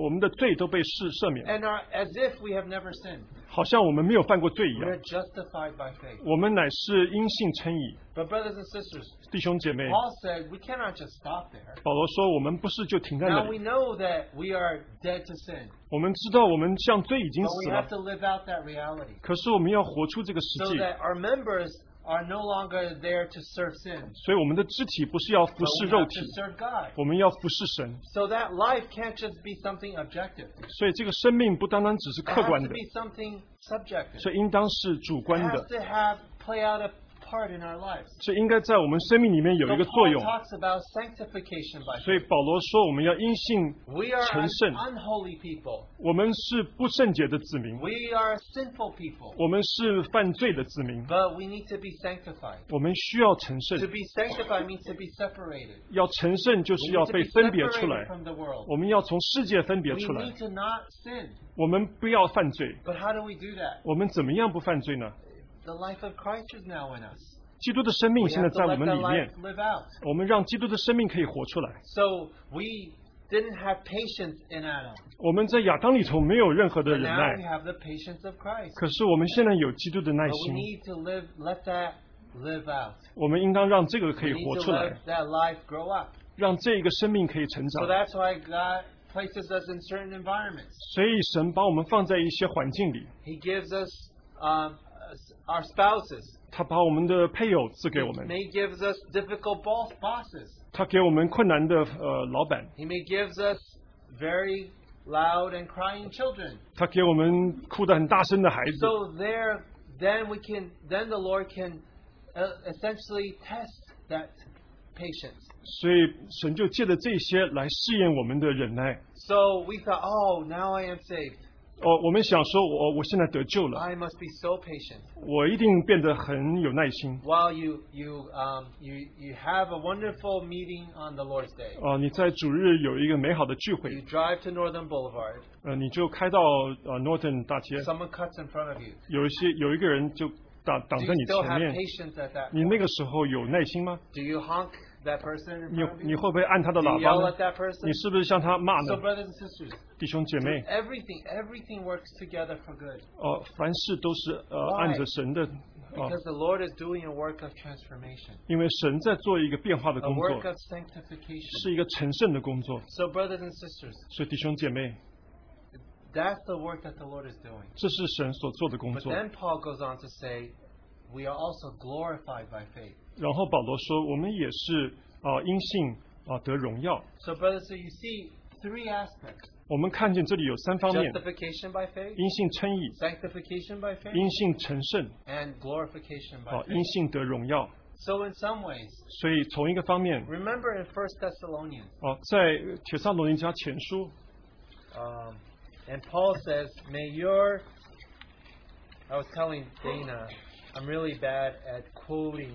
A: 我们的罪都被赦赦免，
D: And are as if we have never sinned.
A: 好像我们没有犯过罪一
D: We are
A: 样。
D: justified by faith.
A: 我们乃是因信称义，
D: But brothers and sisters,
A: 弟兄姐妹。
D: Paul said we cannot just stop there.
A: 保罗说：“我们不是就停在那
D: Now
A: 里，
D: we know that we are dead to sin,
A: 我们知道我们像罪已经
D: but
A: 死
D: we have
A: 了，
D: to live out that reality
A: 可是我们要活出这个实
D: so
A: 际，
D: that our members
B: are no longer there to serve sin.
A: 所以我们的肢体不是要服
B: But
A: 侍
B: we
A: 肉
B: have
A: 体
B: to，serve God.
A: 我们要服侍神。
B: So that life can't just be something objective.
A: 所以这个生命不单单只是
B: It
A: 客
B: has
A: 观
B: to
A: 的，
B: be something subjective.
A: 所以应当是主
B: It
A: 观
B: has
A: 的，
B: to have play out a part in our lives.
A: 所以应该在我们生命里面有
B: So
A: 一个作
B: Paul
A: 用。
B: talks about sanctification by
A: 所以
B: faith.
A: 保罗说，我们要因信
B: We are
A: 成
B: an
A: 圣，
B: unholy people.
A: 我们是不圣洁的子民，
B: We are a sinful people.
A: 我们是犯罪的子民，
B: But we need to be sanctified.
A: 我们需要成圣
B: To。be sanctified means to be separated.
A: 要成圣就
B: We
A: 是
B: need
A: 要
B: to
A: 被
B: be
A: 分别出
B: separated
A: 来，
B: from the world.
A: 我们要从世界分别
B: We
A: 出来
B: need。to not sin.
A: 我们不要犯罪，
B: But how do we do that?
A: 我们怎么样不犯罪呢？
B: The life of Christ is now in us.
A: 基督的生命
B: We
A: 现在
B: have
A: 在
B: to
A: 我
B: let
A: 们
B: that
A: 里
B: life
A: 面，
B: live out.
A: 我们让基督的生命可以活出来。
B: So we didn't have patience in Adam.
A: 我们在亚当里头没有任何的
B: But
A: 忍
B: now we
A: 耐，
B: have the patience of Christ.
A: 可是我们现在有基督的耐
B: But Uh, we
A: 心，
B: need to live, let that live out.
A: 我们应当让这个可
B: We
A: 以
B: need
A: 活
B: to
A: 出
B: let
A: 来，
B: that life grow up.
A: 让这个生命可以成
B: So
A: 长。
B: that's why God places us in certain environments.
A: 所以神把我们放在一些环境里，
B: He gives us um, us- our spouses.
A: 他把我们的配偶赐给我
B: He
A: 们，
B: may gives us difficult boss bosses.
A: 他给我们困难的呃老板，
B: He may gives us very loud and crying children.
A: 他给我们哭得很大声的孩子，
B: So there, then we can, then the Lord can uh, essentially test that patience.
A: 所以神就借着这些来试验我们的忍耐。
B: So we thought, oh, now I am saved.
A: 哦，我们想说，我我现在得救了，
B: I must be so patient.
A: 我一定变得很有耐心。
B: While you you um, you you have a wonderful meeting on the Lord's Day.
A: 哦、你在主日有一个美好的聚会
B: You，drive to Northern Boulevard.
A: 呃，你就开到呃 Norton 大街，
B: Someone cuts in front of you.
A: 有一些有一个人就挡挡在
B: Do Oh, you
A: 你
B: still
A: 前
B: have
A: 面，
B: patience at that?
A: 你那个时候有耐心吗？
B: Do you honk that person in
A: 你
B: front of
A: 你
B: you?
A: 会不会按他的
B: Do you
A: 喇
B: yell
A: 叭
B: at
A: 呢？
B: that person?
A: 你是不是向他骂
B: So
A: 呢？
B: brothers and sisters,
A: 弟兄姐妹，
B: everything everything works together for good
A: 哦、凡事都是呃
B: Why？
A: 按着神的，哦、
B: because the Lord is doing a work of transformation,
A: 因为神在做一个变化的
B: a
A: 工作
B: work，of sanctification.
A: 是一个成圣的工作。
B: So brothers and sisters,
A: 所以弟兄姐妹，
B: that's the work that the Lord is doing.
A: 这是神所做的工
B: But
A: 作。
B: then Paul goes on to say, we are also glorified by faith.
A: 然后保罗说，我们也是啊、呃因信啊、得荣耀。
B: So brothers, so you see three aspects:
A: 我们看见这里有三方面：
B: justification by faith,
A: 因信称义、
B: sanctification by faith,
A: 因信成圣
B: and glorification
A: 啊、
B: by
A: 因
B: faith.
A: 信得荣耀。
B: So in some ways,
A: 所以从一个方面
B: remember in First Thessalonians.
A: 啊、在铁上罗尼加前书
D: Um,
B: And Paul says, May your.
D: I was telling Dana, I'm really bad at quoting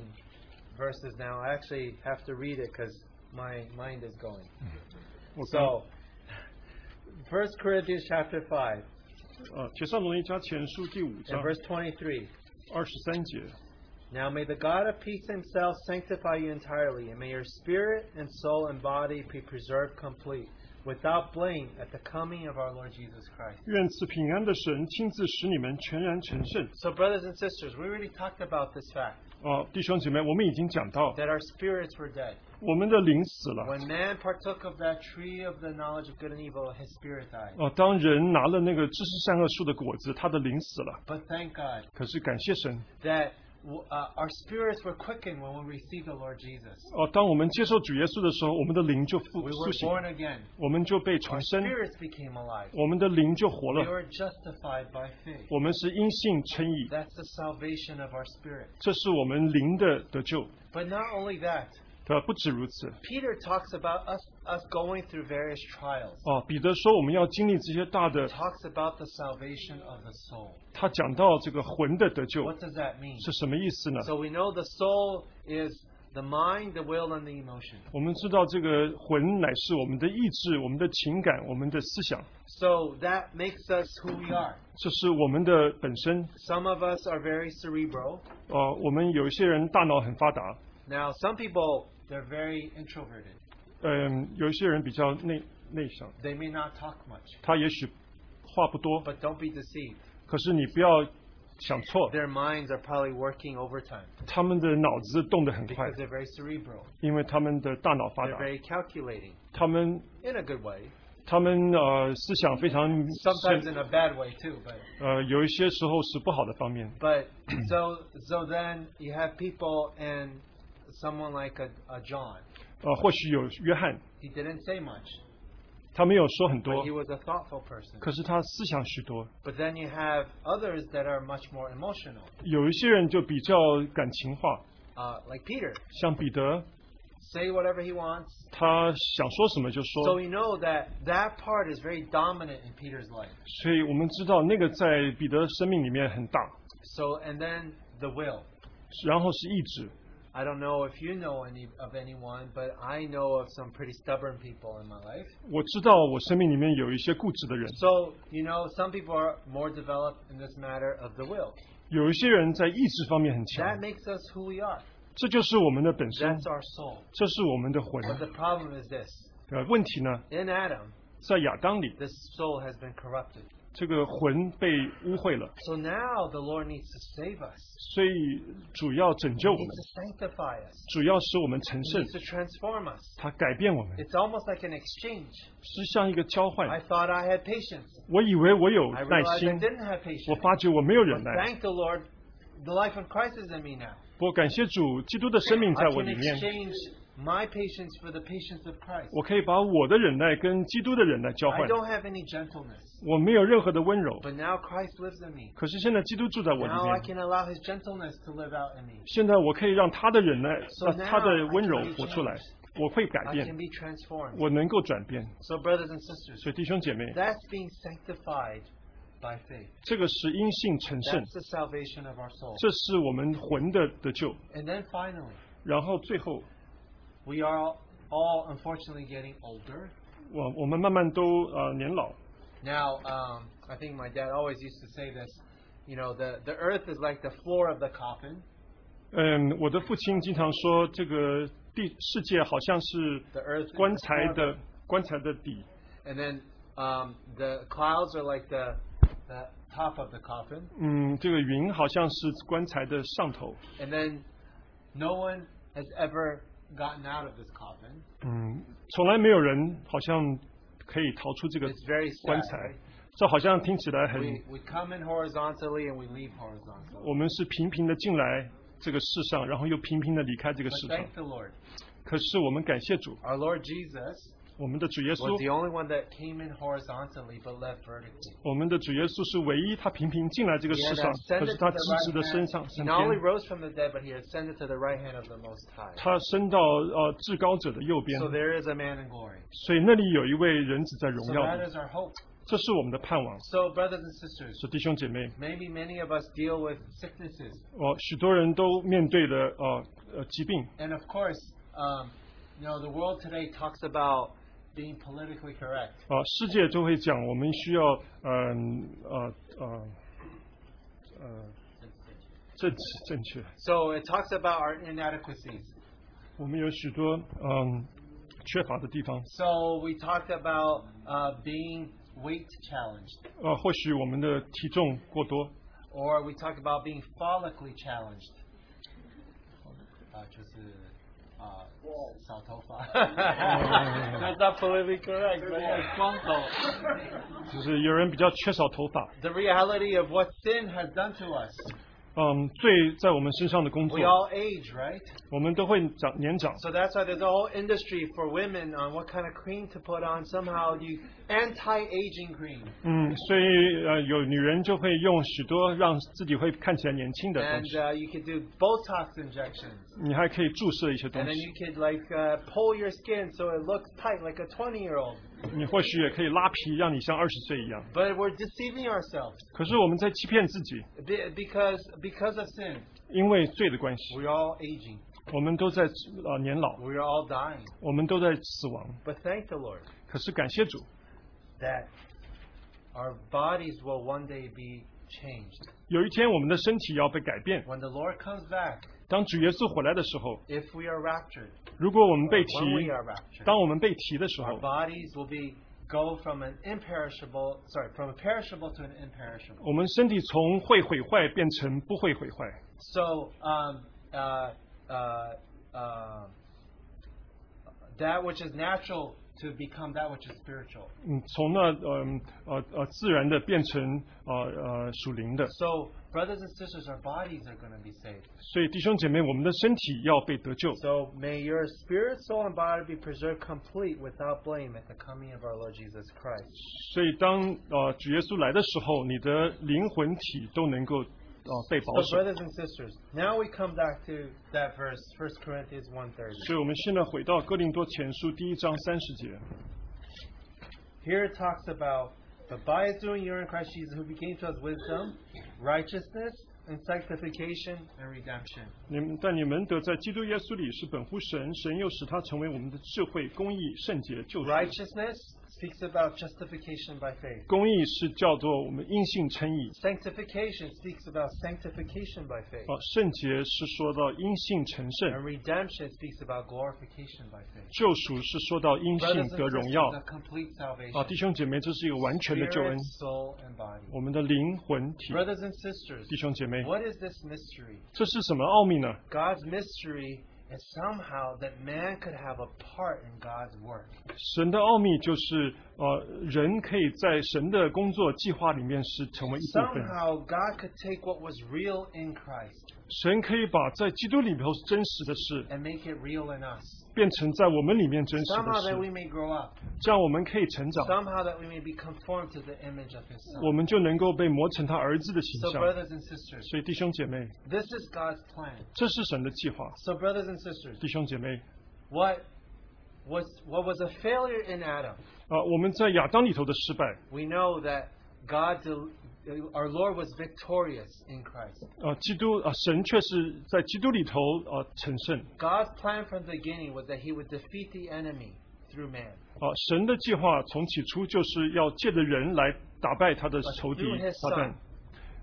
D: verses now. I actually have to read it because my mind is going.
A: 我刚
D: So, First Corinthians chapter 5
A: 呃，《铁上罗尼迦前书》第五
D: and
A: 章
D: verse 23.
A: 二十三节，
D: Now may the God of peace himself sanctify you entirely, and may your spirit and soul and body be preserved complete, without blame at the coming of our Lord Jesus Christ.
A: 愿赐平安的神亲自使你们全然成圣。
D: So, brothers and sisters, we already talked about this fact
A: 啊、弟兄姐妹，我们已经讲到，
D: that our spirits were dead.
A: 我们的灵死了。
D: When man partook of that tree of the knowledge of good and evil, his spirit died.
A: 哦、当人拿了那个知识善恶树的果子，他的灵死了。
D: But thank God
A: 可是感谢神，啊
D: that w- uh, our spirits were quickened when we received the Lord Jesus.
A: 哦，当我们接受主耶稣的时候，我们的灵就复
D: We
A: 苏
D: were
A: 醒，
D: born again.
A: 我们就被重
D: Our
A: 生，
D: spirits became alive.
A: 我们的灵就活
D: We
A: 了。
D: were justified by faith.
A: 我们是因信称义，
D: That's the salvation of our spirit.
A: 这是我们灵的得救。
D: But not only that,
A: 呃，不止如此，
D: Peter talks about us us going through various trials.
A: 哦，彼得说我们要经历这些大的
D: He，talks about the salvation of the soul.
A: 他讲到这个魂的得救
D: What does that mean?
A: 是什么意思呢？
D: So we know the soul is the mind, the will, and the emotion.
A: 我们知道这个魂乃是我们的意志、我们的情感、我们的思想，
D: So that makes us who we are.
A: 这是我们的本身。
D: Some of us are very cerebral.
A: 哦，我们有一些人大脑很发达，
D: Now, some people they're very introverted.
A: 嗯，有一些人比较内内向，
D: They may not talk much,
A: 他也许话不多，
D: but don't be deceived.
A: 可是你不要想错，
D: Their minds are probably working overtime
A: 他们的脑子动得很快
D: because，they're very cerebral.
A: 因为他们的大脑发
D: They're
A: 达，
D: very calculating
A: 他们
D: in a good way.
A: 他们呃思想非常
D: Sometimes in a bad way too, but
A: 呃有一些时候是不好的方面。
D: but so so then you have people and someone like a, a John.
A: 呃，或许有约翰，
D: He didn't say much,
A: 他没有说很
D: but
A: 多
D: he，was a thoughtful person.
A: 可是他思想许多。
D: But then you have others that are much more emotional,
A: 有一些人就比较感情化，
D: uh, like Peter.
A: 像彼得，
D: Say whatever he wants.
A: 他想说什么就
D: So
A: 说。
D: we know that that part is very dominant in Peter's life.
A: 所以我们知道那个在彼得生命里面很大，
D: So and then the will.
A: 然后是意志。
D: I don't know if you know any of anyone, but I know of some pretty stubborn people in my life.
A: 我知道我生命里面有一些固执的人，
D: So you know, some people are more developed in this matter of the will.
A: 有一些人在意志方面很强，
D: That makes us who we are.
A: 这就是我们的本身，
D: That's our soul.
A: 这是我们的魂。
D: But the problem is this:
A: 呃，问题呢，
D: in Adam,
A: 在亚当里，
D: this soul has been corrupted.
A: 这个魂被污秽了，
D: So now the Lord needs to save us.
A: 所以主要拯救我
D: He
A: 们
D: needs，to sanctify us.
A: 主要使我们成
D: He
A: 圣
D: needs，to transform us.
A: 他改变我们，
D: It's almost like an exchange.
A: 是像一个交
D: I
A: 换。
D: thought I had patience.
A: 我以为我有
D: I
A: 耐
D: realized I
A: 心，
D: didn't have
A: 我
D: patience.
A: 发觉我没有忍
D: But
A: 耐。
D: thank the Lord, the life of Christ is in me now.
A: 我感谢主，基督的生命在
D: I
A: 我
D: can
A: 里面，
D: exchange my patience for the patience of Christ.
A: 我可以把我的忍耐跟基督的忍耐交换
D: I。don't have any gentleness,
A: 我没有任何的温柔，
D: but now Christ lives in me.
A: 可是现在基督住在我里
D: Now I
A: 面。
D: can allow His gentleness to live out in me.
A: 现在我可以让他的忍耐
D: So，
A: 让
D: now
A: 他的温柔
D: I can be
A: 活出来
D: changed.，
A: 我会改
D: I
A: 变
D: can，be transformed.
A: 我能够转变。
D: So, brothers and sisters,
A: 所以弟兄姐妹，
D: that's being sanctified by faith.
A: 这个是因信成圣
D: That's，the salvation of our soul.
A: 这是我们魂的得救。
D: And then finally,
A: 然后最后，
D: we are all- all unfortunately getting older.
A: 我我们慢慢都呃年老，
D: Now, um, I think my dad always used to say this. You know, the the earth is like the floor of the coffin.
A: 嗯，我的父亲经常说，这个地世界好像是
D: The earth. is the
A: 棺材
D: floor of
A: 的棺材的底，
D: the- And then um, the clouds are like the the top of the coffin.
A: 嗯，这个云好像是棺材的上头，
D: And then no one has ever gotten out of this coffin.
A: 嗯，从来没有人好像可以逃出这个
D: It's very sad.
A: 棺材
D: right?，
A: 这好像听起来很，
D: We we come in horizontally and we leave horizontally.
A: 我们是平平的进来这个世上，然后又平平的离开这个
D: But
A: 世上。
D: thank the Lord.
A: 可是我们感谢主，
D: Our Lord Jesus
A: 我们的主耶
D: was the
A: 稣，
D: only one that came in horizontally but left vertically.
A: 我们的主耶稣是唯一他平平进来这个
D: He
A: 世
D: had
A: 上，可
D: ascended
A: 是
D: to
A: 他直直
D: the right
A: 的升
D: hand.
A: 上
D: He
A: 升
D: not only
A: 天，
D: rose from the dead, but he ascended to the right hand of the Most High.
A: 他升到呃至高者的右边
D: So，there is a man in glory.
A: 所以那里有一位人子在荣
D: So
A: 耀
D: that
A: 里，
D: is our hope.
A: 这是我们的盼望。
D: So, brothers and sisters,
A: 是弟兄姐妹，
D: maybe many of us deal with sicknesses.
A: 哦，许多人都面对的呃呃疾病，
D: And of course, um, you know, the world today talks about being politically correct.
A: 啊，世界就会讲我们需要，嗯呃呃呃，正正确，
D: So it talks about our inadequacies.
A: 我们有许多嗯缺乏的地方，
D: So we talked about uh, being weight challenged,
A: 呃，或许我们的体重过多，
D: or we talked about being follically challenged. Uh, 就是, uh, 少头发. That's not politically correct, but yeah, 光头.
A: 就是有人比较缺少头发，
D: The reality of what sin has done to us.
A: 嗯，罪在我们身上的工作
D: We，all age, right?
A: 我们都会长年长，
D: So that's why there's a whole industry for women on what kind of cream to put on. Somehow, the anti-aging cream.
A: 嗯，所以呃，有女人就会用许多让自己会看起来年轻的东
D: And
A: 西，
D: uh, you could do Botox injections.
A: 你还可以注射一些东
D: And then
A: 西
D: you，could like uh, pull your skin so it looks tight like a 20-year-old.
A: 你或许也可以拉皮，让你像二十岁一样。
D: But we're deceiving ourselves
A: 可是我们在欺骗自己，
D: be- because because of sin.
A: 因为罪的关系，
D: We're all aging.
A: 我们都在呃年老，
D: We're all dying.
A: 我们都在死亡。
D: But thank the Lord
A: 可是感谢主，
D: that our bodies will one day be changed
A: 有一天我们的身体要被改变。
D: when the Lord comes back.
A: 当主耶稣回来的时候，
D: If we are raptured,
A: 如果我们
D: or
A: 被提，
D: when we are raptured.
A: 当我们被提的时
D: Our
A: 候，
D: bodies will be go from an imperishable, sorry, from a perishable to an imperishable.
A: 我们身体从会毁坏变成不会毁坏。
D: So um, uh, uh, uh, that which is natural
B: to become that which is spiritual.
A: 嗯，从那嗯呃呃自然的变成呃呃属灵的。
B: So, brothers and sisters, our bodies are going to be saved.
A: 所以弟兄姐妹，我们的身体要被得救。
D: So may your spirit, soul, and body be preserved complete without blame at the coming of our Lord Jesus Christ.
A: 所以当呃主耶稣来的时候，你的灵魂体都能够呃被保
D: So
A: 守。
D: brothers and sisters, now we come back to that verse, 1 Corinthians 1.30.
A: 所以我们现在回到哥林多前书第一章三十节，
D: Here it talks about, but by his doing you're in Christ Jesus, who became to us wisdom, righteousness, and sanctification and redemption.
A: 你们但你们得在基督耶稣里是本乎神，神又使他成为我们的智慧、公义、圣洁、救赎。
D: Righteousness speaks about justification by faith.
A: 公义是叫做我们因信称义，
D: Sanctification speaks about sanctification by faith.
A: 啊，圣洁是说到因信成圣，
D: And redemption speaks about glorification by faith.
A: 救赎是说到因
D: Brothers
A: 信
D: and
A: 得
D: sisters,
A: 荣耀。
D: a complete
A: 啊，
D: salvation.
A: 弟兄姐妹，这是一个完全的救恩
D: Spirit,。soul, and body.
A: 我们的灵魂体，
D: Brothers and sisters,
A: 弟兄姐妹，
D: what is this mystery?
A: 这是什么奥秘呢？
D: God's mystery is somehow that man could have a part in God's work.
A: 神的奥秘就是，呃，人可以在神的工作计划里面是成为一部分。
D: Somehow God could take what was real in Christ
A: 神可以把在基督里头真实的事，
D: and make it real in us.
A: 变成在我们里面真实的
D: Somehow that we
A: 事，
D: may grow up.
A: 这样我们可以成长，
D: Somehow that we may be conformed to the image of His Son.
A: 我们就能够被磨成他儿子的形
D: So,
A: 象。
D: brothers and sisters,
A: 所以弟兄姐妹，
D: this is God's plan.
A: 这是神的计划。
D: So, brothers and sisters,
A: 弟兄姐妹，
D: what was what was a failure in Adam?
A: 啊、我们在亚当里头的失败，
D: We know that God, del- our Lord, was victorious in Christ.
A: 啊，基督啊、神却是在基督里头啊、成圣。
D: God's plan from the beginning was that He would defeat the enemy through man.
A: 啊，神的计划从起初就是要借着人来打败他的仇敌
D: Through His
A: 撒旦
D: Son,，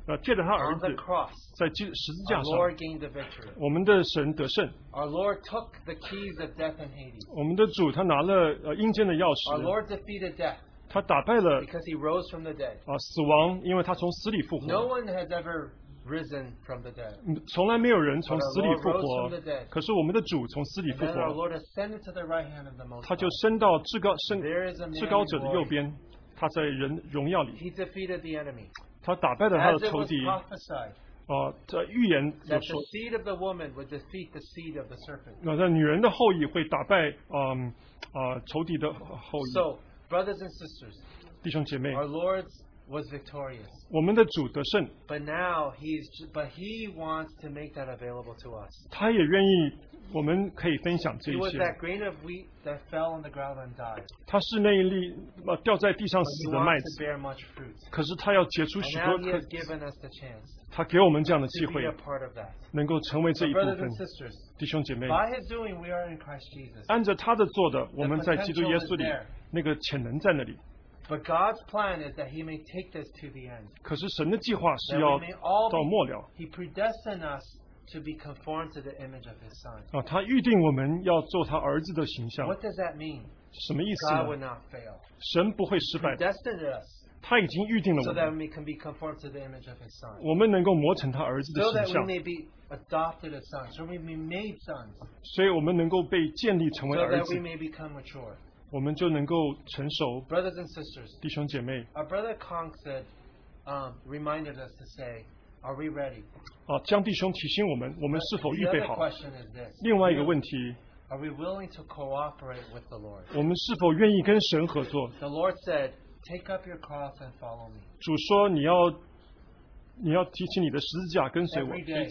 A: 呃，借着他儿
D: on
A: 子
D: the cross,
A: 在基十字架
D: our
A: 上，
D: Lord gained the victory.
A: 我们的神得胜，
D: Our Lord took the keys of death and Hades.
A: 我们的主他拿了呃阴间的钥
D: Our
A: 匙，
D: Lord defeated death
A: 他打败了
D: because He rose from the dead.
A: 啊、死亡，因为他从死里复
D: No
A: 活。
D: one has ever risen from the dead.
A: 嗯从来没有人从
D: But our
A: 死里
D: Lord
A: 复
D: rose
A: 活
D: from the dead.，
A: 可是我们的主从死里
D: And
A: 复
D: then our
A: 活，
D: Lord ascended to the right hand of the Most
A: 他
D: High.
A: 就升到至高升
D: There is a man
A: 至高者的
D: in
A: 右
D: glory.
A: 边，他在人荣耀里，
D: He defeated the enemy.
A: 他打败了他
D: As
A: 的
D: it
A: 仇
D: was
A: 敌。
D: prophesied
A: 啊，这预言
D: that
A: 有说
D: the seed of the woman would defeat the seed of the serpent.
A: 那那女人的后裔会打败嗯啊、仇敌的后裔。
D: So, brothers and sisters,
A: 弟兄姐妹，
D: our Lord was victorious,
A: 我们的主得胜，
D: but now he's but he wants to make that available to us.
A: 他也愿意，我们可以分享这
D: It
A: 一
D: was
A: 些。
D: that grain of wheat that fell on the ground and died.
A: 他是那一粒呃掉在地上
D: But he
A: 死的麦
D: wants to
A: 子，
D: bear much fruit.
A: 可是他要结出
D: And
A: 许
D: now
A: 多
D: he
A: 颗
D: has。given us the chance
A: 他给我们这样的机
D: to
A: 会
D: be，a part of that.
A: 能够成为这
D: So
A: 一部
D: brothers
A: 分
D: and。sisters,
A: 弟兄姐妹，
D: by his doing we are in Christ Jesus.
A: 按着他的做的，我们在基督耶稣
D: potential is
A: 里
D: there.
A: 那个潜能在那里。
D: But God's plan is that he may take this to the end.
A: 可是神的计划是
D: That
A: 要
D: we may all
A: 到
D: be
A: 末了
D: He predestined us to be conformed to the image of His Son.
A: 啊，他预定我们要做他儿子的形象，
D: What does that mean?
A: 什么意思
D: God would
A: 呢？
D: not fail.
A: 神不会失败的。
D: Predestined us
A: 他已经预定了
D: so
A: 我
D: that
A: 们，
D: we can be conformed to the image of His Son.
A: 我们能够磨成他儿子的
D: So that
A: 形
D: we
A: 象，
D: may be adopted as sons, so we may be made sons,
A: 所以我们能够被建立成
D: so
A: 为儿
D: that
A: 子
D: we，may become mature.
A: 我们就能够成熟。
D: Brothers and sisters,
A: 弟兄姐妹
D: our brother Kong said, um, reminded us to say, Are we ready?
A: 啊，江弟兄提醒我们，我们是否预
D: The
A: 备
D: other
A: 好？
D: question is this
A: 另外一个问题，
D: Are we willing to cooperate with the Lord?
A: 我们是否愿意跟神合作？
D: The Lord said, Take up your cross and follow me.
A: 主说你要，你要提起你的十字架跟随我
D: Every day.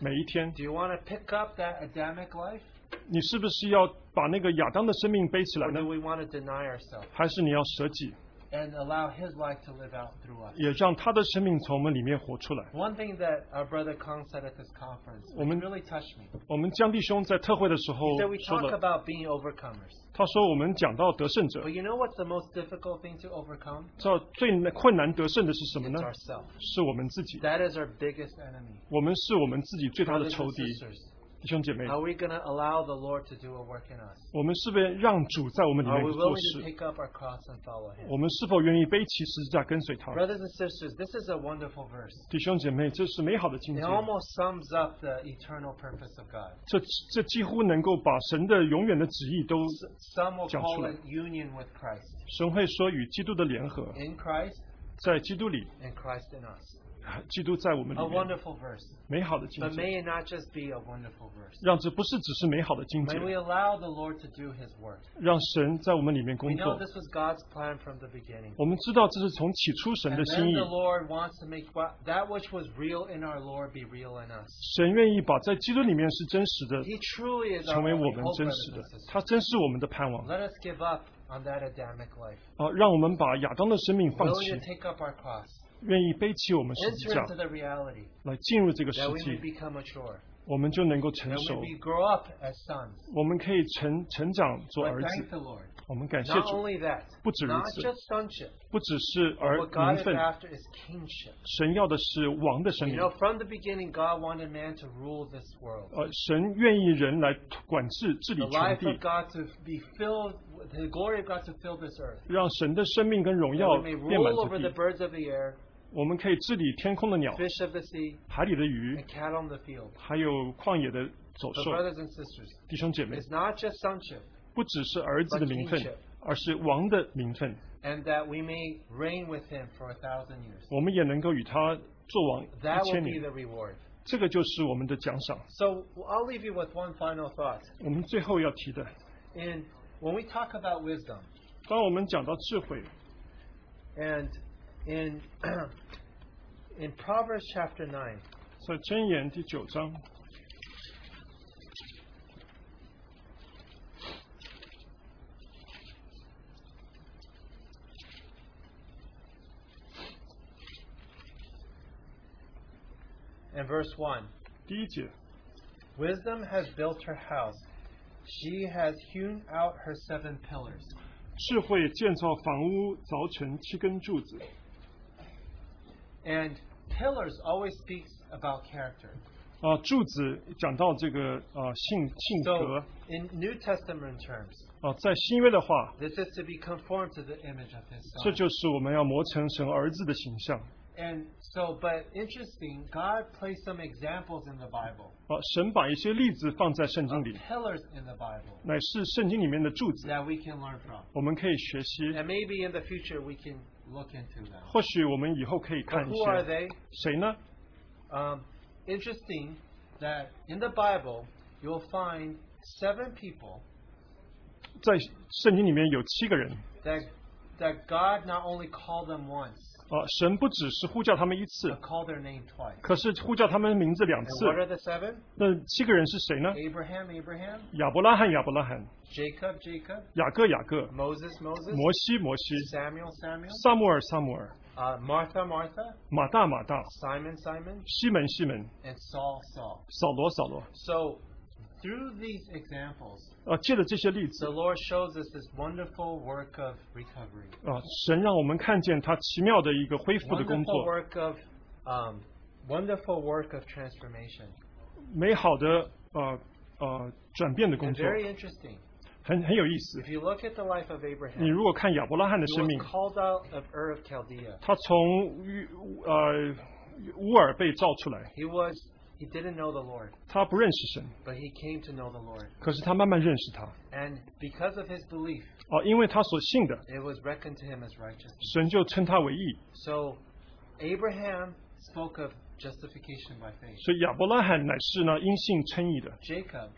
A: 每一天。
D: Do you want to pick up that Adamic life?
A: 你是不是要把那个亚当的生命背起来
D: Or
A: 呢
D: do？we want to deny ourselves
A: 还是你要舍己，
D: and allow His life to live out through us?
A: 也让他的生命从我们里面活出来？
D: One thing that our brother Kong said at this conference which
A: Woman.
D: really touched me.
A: 我们江弟兄在特会的时候
D: He said we
A: 说
D: talk
A: 的，
D: about being overcomers.
A: 他说我们讲到得胜者
D: But，you know what's the most difficult thing to overcome?
A: 知道最难困难得胜的是什么
D: It's
A: 呢？
D: ourselves.
A: 是我们自己，
D: That is our biggest enemy.
A: 我们是我们自己最大的
D: Brothers
A: 仇
D: and
A: 敌。
D: sisters,
A: 弟弟兄姐妹，
D: Are we going to allow the Lord to do a work in us?
A: 我们是不是让主在我们里
D: Are
A: 面
D: we
A: 做
D: willing to
A: 事？
D: pick up our cross and follow Him?
A: 我们是否愿意背起十字架跟随他？
D: Brothers and sisters, this is a wonderful verse.
A: 弟兄姐妹，这是美好的境界
D: It，almost sums up the eternal purpose of God.
A: 这这几乎能够把神的永远的旨意都，
D: Some will call
A: 讲出来。
D: it union with Christ.
A: 神会说与基督的联合，
D: In Christ
A: 在基督里，
D: and Christ in us.
A: 基督在我们
D: A
A: 里面，
D: wonderful verse.
A: 美好的境
D: But
A: 界，
D: may it not just be a wonderful verse.
A: 让这不是只是美好的境界
D: May，we allow the Lord to do His work.
A: 让神在我们里面
D: We
A: 工
D: know
A: 作。
D: this was God's plan from the beginning.
A: 我们知道这是从起初神
D: And
A: 的心
D: then
A: 意，
D: the Lord wants to make what- that which was real in our Lord be real in us.
A: 神愿意把在基督里面是真实的，
D: He truly is our
A: 成为我
D: only
A: 们
D: hope,
A: 真
D: brothers
A: 实的
D: and，sisters.
A: 他真是我们的盼望
D: Let us give up on that Adamic life.
A: 啊！让我们把亚当的生命放
D: Willing
A: 弃
D: to，take up our cross.
A: 愿意背起我们十字
D: Enter
A: 架
D: into the reality
A: 来进入这个世
D: that we may
A: 界，
D: become mature.
A: 我们就能够成
D: That
A: 熟
D: we may，grow up as sons.
A: 我们可以成成长做
D: But
A: 儿
D: thank
A: 子。
D: the Lord.
A: 我们感谢
D: Not
A: 主，
D: only that,
A: 不止如此。
D: not just sonship.
A: 不只是儿
D: What God
A: 名
D: is
A: 分，
D: after is kingship.
A: 神要的是王的生
D: You
A: 命。
D: know, from the beginning, God wanted man to rule this world.
A: 呃，神愿意人来管制治
D: The
A: 理全
D: life
A: 地
D: of，God to be filled, the glory of God to fill this earth.
A: 让神的生命跟荣
D: That
A: 耀
D: we may
A: 遍满
D: rule over
A: 这
D: the
A: 地。
D: birds of the air,
A: 我们可以治理天空的鸟、
D: fish of the sea,
A: 海里的鱼
D: and，cattle in the field.
A: 还有旷野的走
D: But
A: 兽。
D: brothers and sisters,
A: 弟兄姐妹，
D: it's not just sonship,
A: 不只是儿子的名分
D: But kingship.，
A: 而是王的名分。
D: and that we may reign with Him for a thousand years.
A: 我们也能够与他做王
D: That
A: 一
D: will
A: 千
D: be
A: 年，
D: the reward.
A: 这个就是我们的奖赏。
D: So I'll leave you with one final thought.
A: 我们最后要提的，
D: And when we talk about wisdom,
A: 当我们讲到智慧，
D: and in in Proverbs chapter nine,
A: 在箴言第九章，
D: and verse one,
A: 第一节，
D: wisdom has built her house; she has hewn out her seven pillars.
A: 智慧建造房屋，凿成七根柱子。
D: And pillars always speaks about character.
A: 啊、柱子讲到这个啊、性性格
D: So
A: 啊、
D: in New Testament terms,
A: 在新约的话，
D: this is to be conformed to the image of His
A: 这
D: Son.
A: 就是我们要磨成神儿子的形象。
D: And so, but interesting, God placed some examples in the Bible,
A: 啊，神把一些例子放在圣经里，
D: pillars in the Bible
A: 乃是圣经里面的柱子，
D: that we can learn from.
A: 我们可以学习。
D: And maybe in the future we can look into them.
A: 或许我们以后可以
D: But
A: 看一
D: who are
A: 些
D: they?
A: 谁呢？
D: Um, interesting that in the Bible you'll find seven people
A: 在圣经里面有七个人
D: that that God not only called them once,
A: 啊，神不只是呼叫他们一次
D: but，called their name twice.
A: 可是呼叫他们名字两
D: And
A: 次。
D: what are the seven?
A: 那七个人是谁呢？
D: Abraham, Abraham,
A: 亚伯拉罕，亚伯拉罕，
D: Jacob, Jacob,
A: 雅各，雅各，
D: Moses, Moses,
A: 摩西，摩西，
D: Samuel, Samuel,
A: 萨穆尔，萨穆尔，
D: uh, Martha, Martha,
A: 马大，马大，
D: Simon, Simon,
A: 西门，西门，
D: and Saul, Saul.
A: 扫罗，扫罗。
D: So through these examples,
A: 啊，借着这些例
D: the
A: 子
D: Lord shows us this wonderful work of recovery.
A: 啊，神让我们看见他奇妙的一个恢复的工
D: wonderful
A: 作，
D: work of um, wonderful work of transformation.
A: 美好的呃呃转变的工
D: And
A: 作，
D: very interesting.
A: 很很有意思
D: If。you look at the life of
A: 你
D: Abraham,
A: 如果看亚伯拉罕的
D: he
A: 生命
D: was，called out of Ur of Chaldea.
A: 他从约呃乌尔被召出来，
D: He was he didn't know the Lord,
A: 他不认识神，
D: but he came to know the Lord.
A: 可是他慢慢认识他
D: And because of his belief,
A: 啊，因为他所信的，
D: it was reckoned to him as righteousness.
A: 神就称他为义。
D: So Abraham spoke of justification by faith.
A: 所以亚伯拉罕乃是呢因信称义的。
D: Jacob,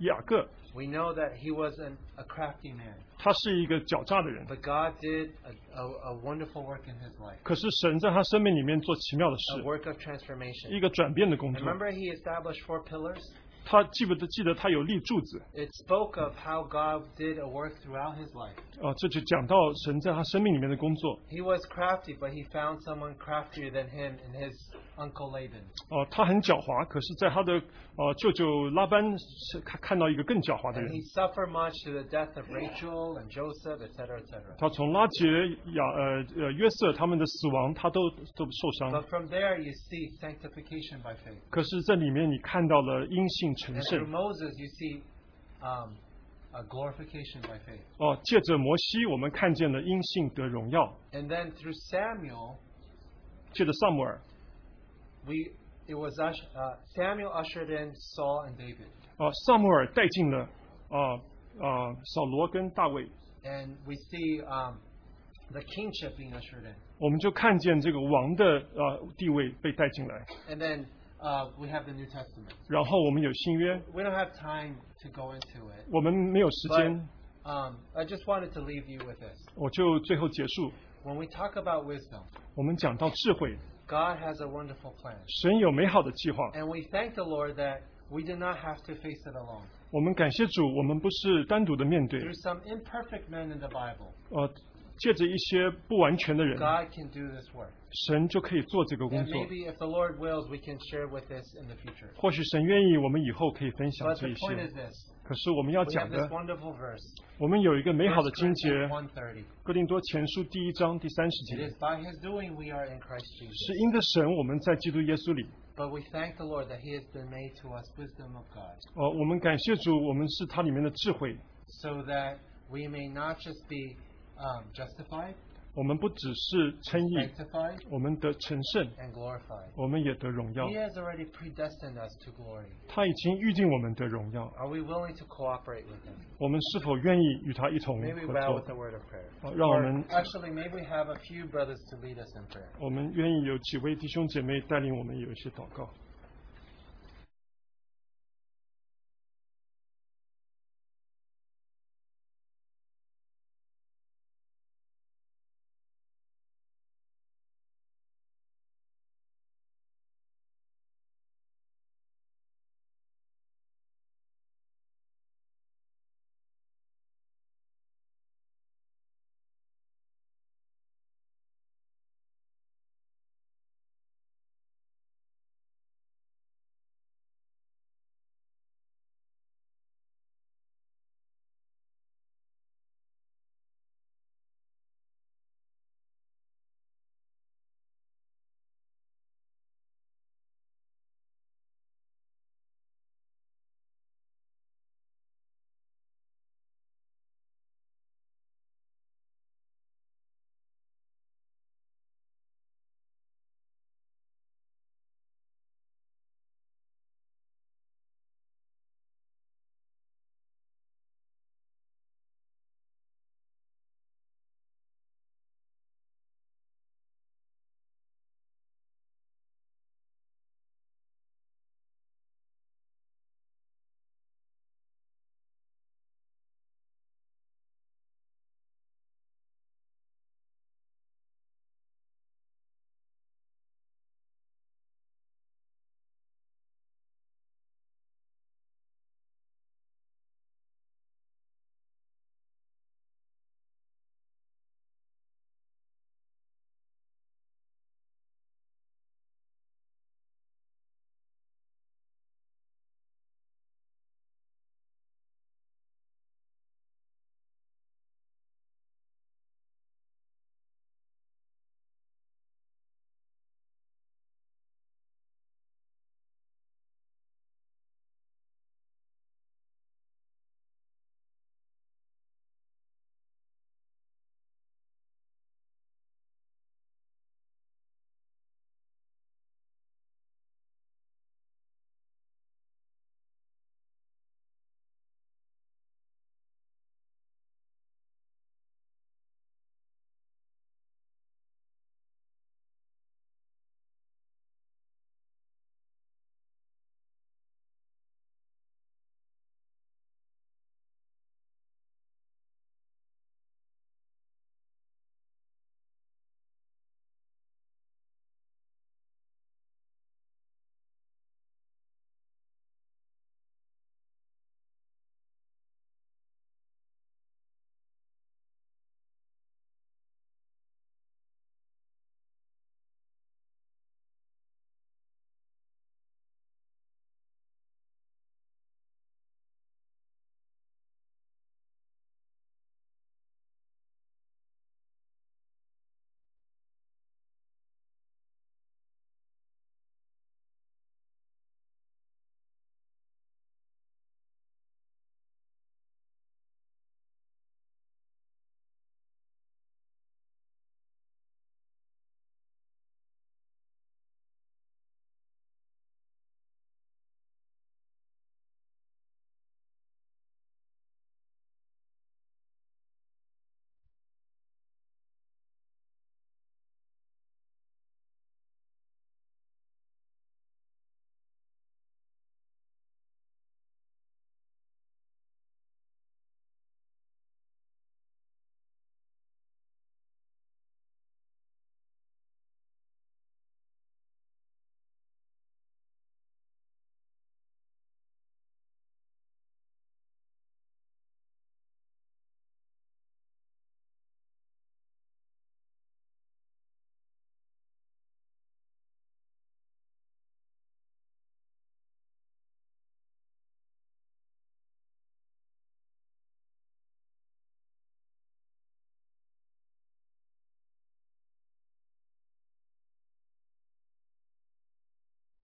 A: 雅各
D: we know that he was an, a crafty man,
A: 他是一个狡诈的人，
D: but God did a, a, a wonderful work in his life,
A: 可是神在他生命里面做奇妙的
D: a
A: 事，
D: work of transformation.
A: 一个转变的工作。
D: Remember, he established four pillars?
A: 他记不得记得他有立柱子
D: It spoke of how God did a work throughout his life.
A: 啊，这就讲到神在他生命里面的工作
D: He was crafty, but he found someone craftier than him in his uncle Laban.
A: 啊。他很狡猾，可是在他的啊舅舅拉班是看看到一个更狡猾的
D: And
A: 人
D: he。suffered much through the death of Rachel and Joseph, etc., etc.
A: 他从拉杰亚呃呃约瑟他们的死亡，他都都受伤。
D: But from there, you see sanctification by faith.
A: 可是这里面你看到了阴性命成
D: And
A: 圣
D: through Moses, you see um, a glorification by faith.
A: 哦。借着摩西，我们看见了因信得荣耀；
D: And then through Samuel,
A: 借着萨姆尔，
D: we it was ush, uh, Samuel ushered in Saul and David,
A: 啊，萨姆尔带进了啊啊扫罗跟大卫，
D: and we see um, the kingship being ushered in.
A: 我们就看见这个王的啊地位被带进来。
D: And then uh, we have the New Testament.
A: 然后我们有新约，
D: We don't have time to go into it,
A: 我们没有时间，
D: but um, I just wanted to leave you with this.
A: 我就最后结束。
D: When we talk about wisdom,
A: 我们讲到智慧，
D: God has a wonderful plan,
A: 神有美好的计划。
D: and we thank the Lord that we do not have to face it alone.
A: 我们感谢主，我们不是单独的面对，
D: Through some imperfect men in the Bible,
A: 呃，借着一些不完全的人，
D: God can do this work.
A: 神就可以做这个工
D: And
A: 作。
D: maybe if the Lord wills, we can share with this in the future.
A: 或许神愿意，我们以后可以分享
D: But
A: 这
D: the
A: 一
D: point
A: 些
D: is。this.
A: 可是我们要
D: We
A: 讲
D: have this
A: 的，
D: wonderful verse.
A: 我们有一个美好的
D: 1
A: 经节，
D: Corinthians 1:30.
A: 哥林多前书第一章第三十
D: It
A: 节
D: is，by his doing we are in Christ Jesus.
A: 是因着神我们在基督耶稣里。
D: But we thank the Lord that he has been made to us wisdom of God,
A: 哦，我们感谢主，我们是它里面的智慧。
D: so that we may not just be um, justified,
A: 我们不只是称义，
D: sanctified,
A: 我们得成圣，
D: and glorified.
A: 我们也得荣耀
D: He。has already predestined us to glory.
A: 他已经预定我们的荣耀，
D: Are we willing to cooperate with him?
A: 我们是否愿意与他一同
D: Maybe
A: 合作
D: bow with a？word of prayer.
A: 好让我们
D: Or actually, maybe we have a few brothers to lead us in prayer.
A: 我们愿意有几位弟兄姐妹带领我们有一些祷告。